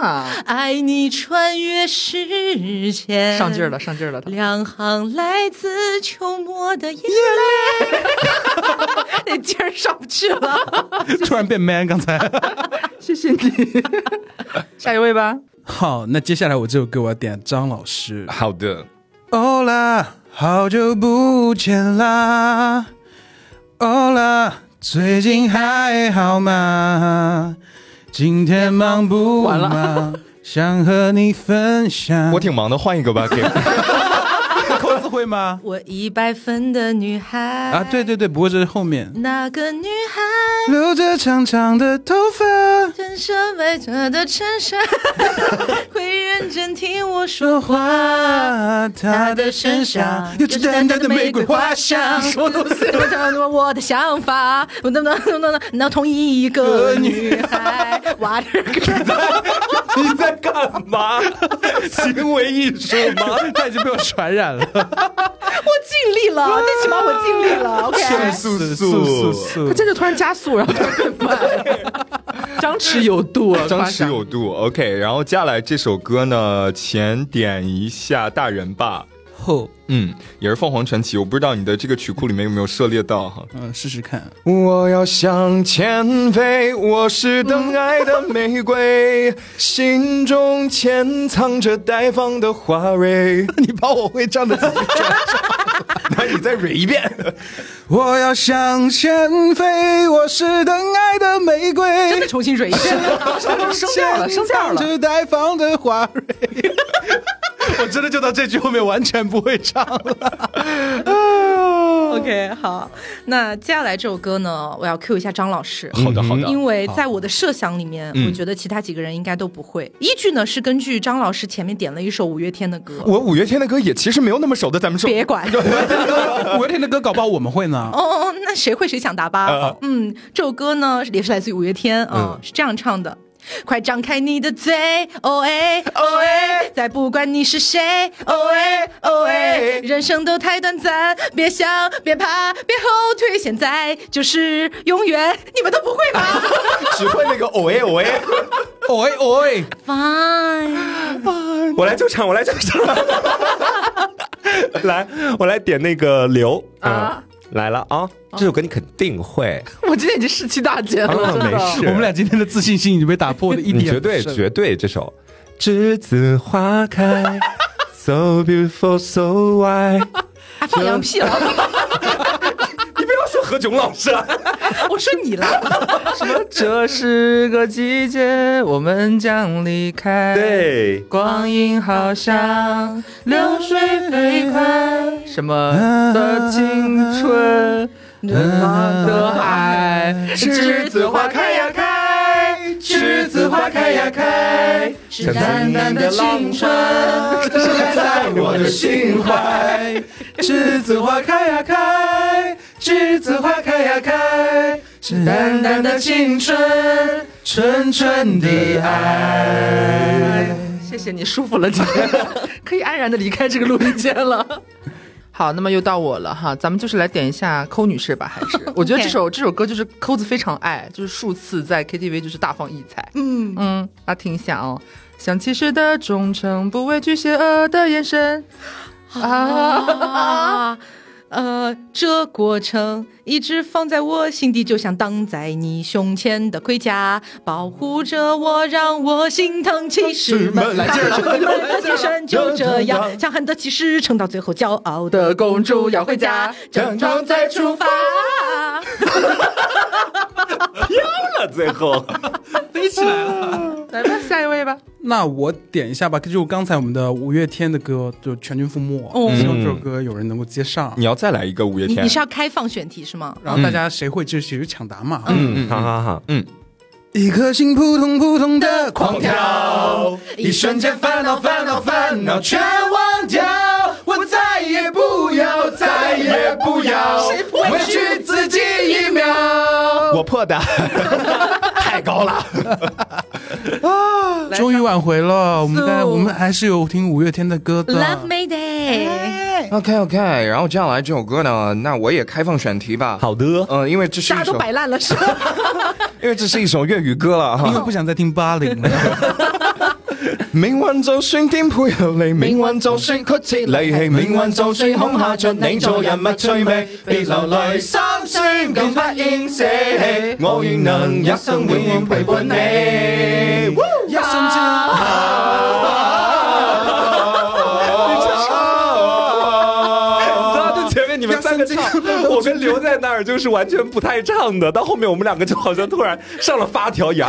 Speaker 3: 啊
Speaker 6: 爱你穿越时间，
Speaker 3: 上劲儿了，。上劲儿了。
Speaker 6: 两行来自秋末的眼
Speaker 1: 那劲儿上不去了。
Speaker 5: 突然变 man。刚才
Speaker 3: <laughs> 谢谢你。下一位吧。
Speaker 5: 好，那接下来我这首歌我要点张老师。
Speaker 4: 好的，
Speaker 5: 哦啦，好久不见啦！哦啦，最近还好吗？今天忙不
Speaker 3: 完
Speaker 5: 忙？想和你分享。
Speaker 4: 我挺忙的，换一个吧。给
Speaker 5: 扣子会吗？
Speaker 6: 我一百分的女孩
Speaker 5: 啊，对，对对，不过这是后面
Speaker 6: 那个女孩
Speaker 5: 留着长长的头发，
Speaker 6: 真难舍白扯的衬衫，
Speaker 3: <laughs>
Speaker 6: 会认真听我说话。他的身上有着淡淡的玫瑰花香。什么东西？我的想法，我能不能能不能能同一个女孩？哇，这
Speaker 4: 你在干嘛？行为艺术吗？
Speaker 5: 他已经被我传染了，
Speaker 6: 我尽力了，最起码我尽力 <laughs> 了。OK，
Speaker 4: 速
Speaker 5: 速
Speaker 4: 速
Speaker 5: 速
Speaker 3: 他真的突然加速，然后突然变慢， <laughs> 张弛有度啊，
Speaker 4: 张
Speaker 3: 夸
Speaker 4: 弛
Speaker 3: 张
Speaker 4: 有度，OK。然后接下来这首歌呢，前点一下《大人吧》，
Speaker 5: 后，
Speaker 4: 嗯，也是凤凰传奇。我不知道你的这个曲库里面有没有涉猎到哈。
Speaker 5: 嗯，试试看。
Speaker 4: 我要向前飞，我是等爱的玫瑰，心中潜藏着待放的花蕊。 <laughs> 你把我会唱的自己转上，那你再蕊一遍。
Speaker 5: 我要向前飞，我是等爱的玫
Speaker 3: 真的
Speaker 5: 瑰。
Speaker 3: 重新蕊一遍，升调了，升调了。
Speaker 5: 这待放的花蕊。我真的就到这句后面完全不会唱了。
Speaker 6: 哦
Speaker 1: OK，好，那接下来这首歌呢，我要 Q 一下张老师。
Speaker 4: 好的，好的。
Speaker 1: 因为在我的设想里面，
Speaker 6: 嗯
Speaker 1: 我觉得其他几个人应该都不会。依据呢是根据张老师前面点了一首五月天的歌，
Speaker 4: 我五月天的歌也其实没有那么熟的，咱们说。
Speaker 1: 别
Speaker 6: <laughs>
Speaker 1: 管
Speaker 5: 五月天的歌搞不好我们会 <laughs> 呢。
Speaker 1: 哦，那谁会谁想打吧？
Speaker 4: 啊
Speaker 1: 嗯，这首歌呢也是来自于五月天，嗯，是这样唱的。快张开你的嘴，哦哎哦哎，再不管你是谁，哦哎哦哎，人生都太短暂，别想，别怕，别后退，现在就是永远。你们都不会吧
Speaker 4: 只会那个哦哎哦哎，
Speaker 5: 哦哎哦哎，
Speaker 1: ？Fine，
Speaker 2: 我来救场，我来救场。 <laughs> 来，我来点那个刘啊、来了啊！这首歌你肯定会，
Speaker 3: <laughs> 我今天已经士气大减了，真
Speaker 2: 没
Speaker 3: 的。
Speaker 2: 事，
Speaker 5: 我们俩今天的自信心已经被打破的一
Speaker 2: 你
Speaker 5: 点。
Speaker 2: 绝对绝对这首《栀子花开》，so beautiful so white。
Speaker 1: 还放羊屁了， <laughs>
Speaker 2: 你不要说何炅老师了，
Speaker 1: 我说你
Speaker 3: <laughs>
Speaker 1: 了，
Speaker 3: 这是个季节，我们将离开。，
Speaker 2: 对，
Speaker 3: 光阴好像流水飞快，什么的青春，什么的爱，
Speaker 1: 栀子花
Speaker 2: 开呀开，栀子花开呀开，
Speaker 1: 是淡淡的青春。
Speaker 2: 在我的心
Speaker 5: <laughs>
Speaker 2: 怀。
Speaker 5: 栀子花开呀开，栀子花开呀开，是淡淡的青春，纯纯的爱。
Speaker 3: 谢谢你舒服了，今天可以安然的离开这个录音间了。 <laughs> 好，那么又到我了哈，咱们就是来点一下抠女士吧，还 <laughs> 是我觉得这首这首歌就是抠子非常爱，就是数次在 KTV 就是大放异彩。嗯嗯，来听一下哦，想起时的忠诚，不畏惧邪恶的眼神。啊
Speaker 1: 啊，呃，这过程一直放在我心底，就像挡在你胸前的盔甲，保护着我，让我心疼。骑士们，来劲儿了！你们的精神就这样，强悍的骑士撑到最后，骄傲的
Speaker 3: 的公主要回家，
Speaker 1: 整装再出发。
Speaker 2: 到最后，
Speaker 5: 飞起来了！
Speaker 3: 来吧，下一位吧。
Speaker 5: 那我点一下吧，就刚才我们的五月天的歌，就《全军覆没》，
Speaker 4: 哦嗯
Speaker 5: 希望这首歌有人能够接上
Speaker 4: 你。要再来一个五月
Speaker 1: 你
Speaker 4: 天
Speaker 1: 你是，要开放选题是吗？
Speaker 5: 然后大家谁会就谁就抢答嘛。
Speaker 2: 嗯，好好好，嗯，
Speaker 5: 一颗心扑通扑通的狂跳，
Speaker 4: 跳，一瞬间烦恼烦恼烦恼全忘掉，我再也不要再也不要委屈自己一秒。我
Speaker 1: <laughs>
Speaker 4: 破的太高了，
Speaker 5: 终于挽回了。我们在
Speaker 1: 速
Speaker 5: 我们还是有听五月天的歌的。
Speaker 2: 啊
Speaker 1: Love
Speaker 2: 哎
Speaker 1: Mayday，
Speaker 4: OK OK，然后接下来这首歌呢，那我也开放选题吧。
Speaker 2: 好的
Speaker 4: 嗯、因为这是
Speaker 1: 大家
Speaker 4: 一
Speaker 1: 都
Speaker 4: 首，
Speaker 1: 摆烂了是吧？
Speaker 4: 因为这是一首粤语歌了
Speaker 5: 因为
Speaker 4: 哈。
Speaker 5: 不想再听八
Speaker 4: <laughs>
Speaker 5: 零了，
Speaker 4: 命运就算颠沛流离，命运就算曲折离奇，命运就算恐吓着你做人物趣味，别流淚心酸，更不應捨棄。我願能一生永遠陪伴你。
Speaker 5: 一生真
Speaker 2: 啊，就前面你们三个唱，我跟留在那儿就是完全不太唱的，到后面我们两个就好像突然上了发条牙。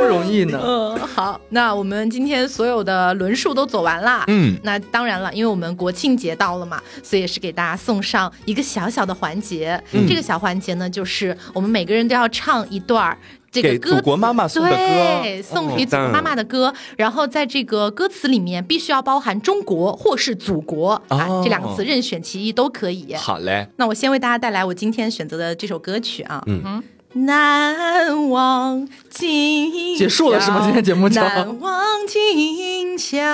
Speaker 3: 不容易呢。
Speaker 1: 嗯，好， <laughs> 那我们今天所有的轮数都走完啦。
Speaker 4: 嗯，
Speaker 1: 那当然了，因为我们国庆节到了嘛，所以也是给大家送上一个小小的环节。
Speaker 2: 嗯
Speaker 1: 这个小环节呢，就是我们每个人都要唱一段儿这个
Speaker 2: 给
Speaker 1: 歌
Speaker 2: 祖国妈妈送的歌
Speaker 1: 对，送给
Speaker 2: 哦
Speaker 1: 祖国妈妈的歌。然后在这个歌词里面，必须要包含中国或是祖国、啊
Speaker 2: 哦
Speaker 1: 这两个词，任选其一都可以。
Speaker 2: 好嘞，
Speaker 1: 那我先为大家带来我今天选择的这首歌曲啊，
Speaker 2: 嗯
Speaker 1: 难忘今宵
Speaker 3: 结束了是吗今天节目就
Speaker 1: 难忘今宵，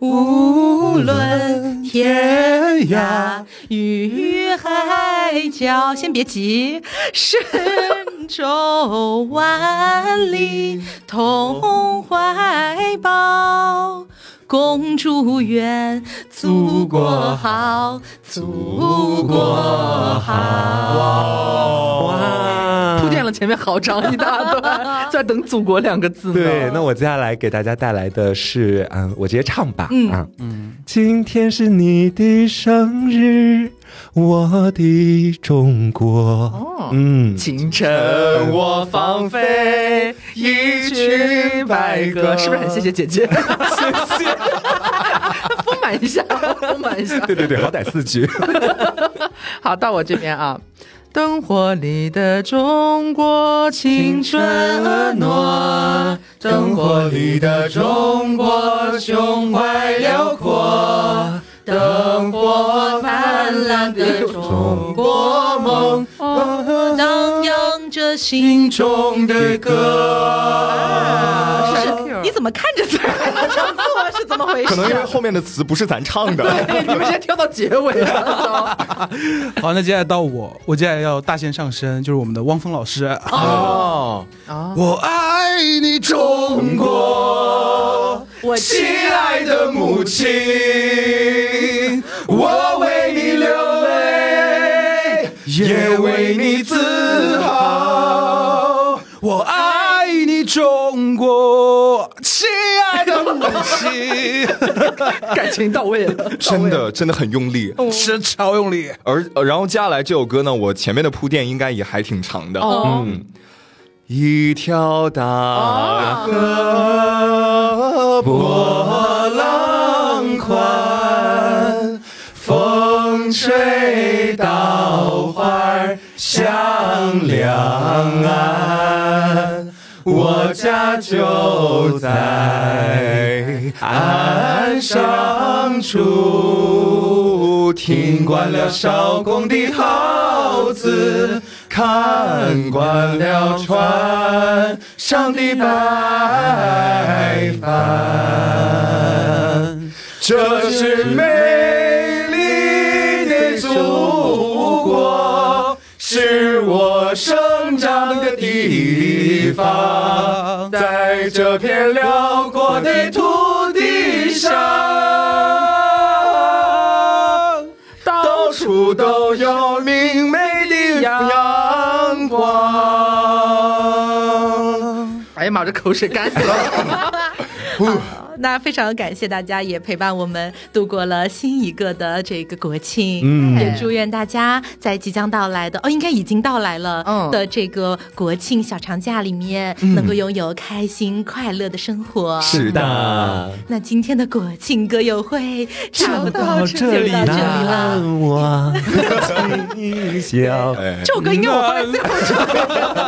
Speaker 1: 无论
Speaker 5: 哎
Speaker 1: 天涯与海角，先别急，神州万里同怀抱。共祝愿祖国好，祖国好。
Speaker 2: 哇
Speaker 3: 铺垫了前面好长一大 <laughs> 段，在等“祖国”两个字呢。
Speaker 2: 对，那我接下来给大家带来的是，嗯，我直接唱吧，嗯嗯，今天是你的生日，我的中国，嗯，
Speaker 3: 清晨我放飞一群白
Speaker 2: <laughs>
Speaker 3: 鸽，是不是很谢谢姐姐？
Speaker 2: 谢谢，
Speaker 3: <laughs> 丰满一下，丰满一下。
Speaker 2: 对对对，好歹四 <laughs> 句，
Speaker 3: 好，到我这边啊。灯火里的中国，青春婀娜；灯火里的中国，胸怀辽阔。灯火
Speaker 1: 灿烂的
Speaker 3: 中国梦，
Speaker 1: 荡漾着心中的歌。
Speaker 3: 是
Speaker 1: 你怎么看着词儿还能唱错？是怎么回
Speaker 4: 可能因为
Speaker 1: 事？
Speaker 4: 后面的词不是咱唱 <laughs> 的。
Speaker 3: 哎你们先跳到结尾啊 <laughs> 了。
Speaker 5: 好，那接下来到我，我接下来要大仙上身，就是我们的汪峰老师。
Speaker 4: 哦，
Speaker 5: 我爱你中国，
Speaker 1: 我
Speaker 4: 亲爱的母亲，我为你流泪，也为你自豪。
Speaker 5: 我爱你中国，
Speaker 4: 亲爱的母亲，
Speaker 3: <laughs> 感情到位了，
Speaker 4: 真的真的很用力。
Speaker 5: 是超用力。
Speaker 4: 而呃然后接下来这首歌呢，我前面的铺垫应该也还挺长的。
Speaker 1: 哦
Speaker 4: 嗯，一条大
Speaker 3: 啊
Speaker 4: 河波浪
Speaker 3: 嗯
Speaker 4: 宽，风吹稻花香两岸，我家就在岸上住，听惯了艄公的号子，看惯了船上的白帆，这是美丽的祖国，是我生长的地方，在这片辽阔的土地上。到处都有明媚的阳光。
Speaker 3: 哎呀妈，我这口水干死了。
Speaker 1: 那非常感谢大家，也陪伴我们度过了新一个的这个国庆。嗯，也祝愿大家在即将到来的哦，应该已经到来了、
Speaker 3: 嗯
Speaker 1: 的这个国庆小长假里面，能够拥有开心快乐的生活。
Speaker 4: 是的，
Speaker 1: 那今天的国庆歌友会就到这里了。
Speaker 2: 让
Speaker 1: <laughs>
Speaker 2: 我今宵。
Speaker 4: 哎，
Speaker 1: 这首歌应该我放在最后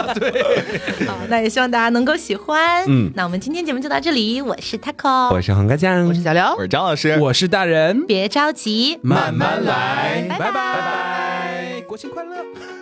Speaker 1: 唱。对，好，那也希望大家能够喜欢。嗯，那我们今天节目就到这里，我是 Taco，
Speaker 2: 我是黄瓜酱，我是
Speaker 3: 小刘
Speaker 4: 我，是张老师，
Speaker 5: 我是大人，
Speaker 1: 别着急，
Speaker 5: 慢慢来，
Speaker 1: 拜拜
Speaker 5: 拜拜，国庆快乐。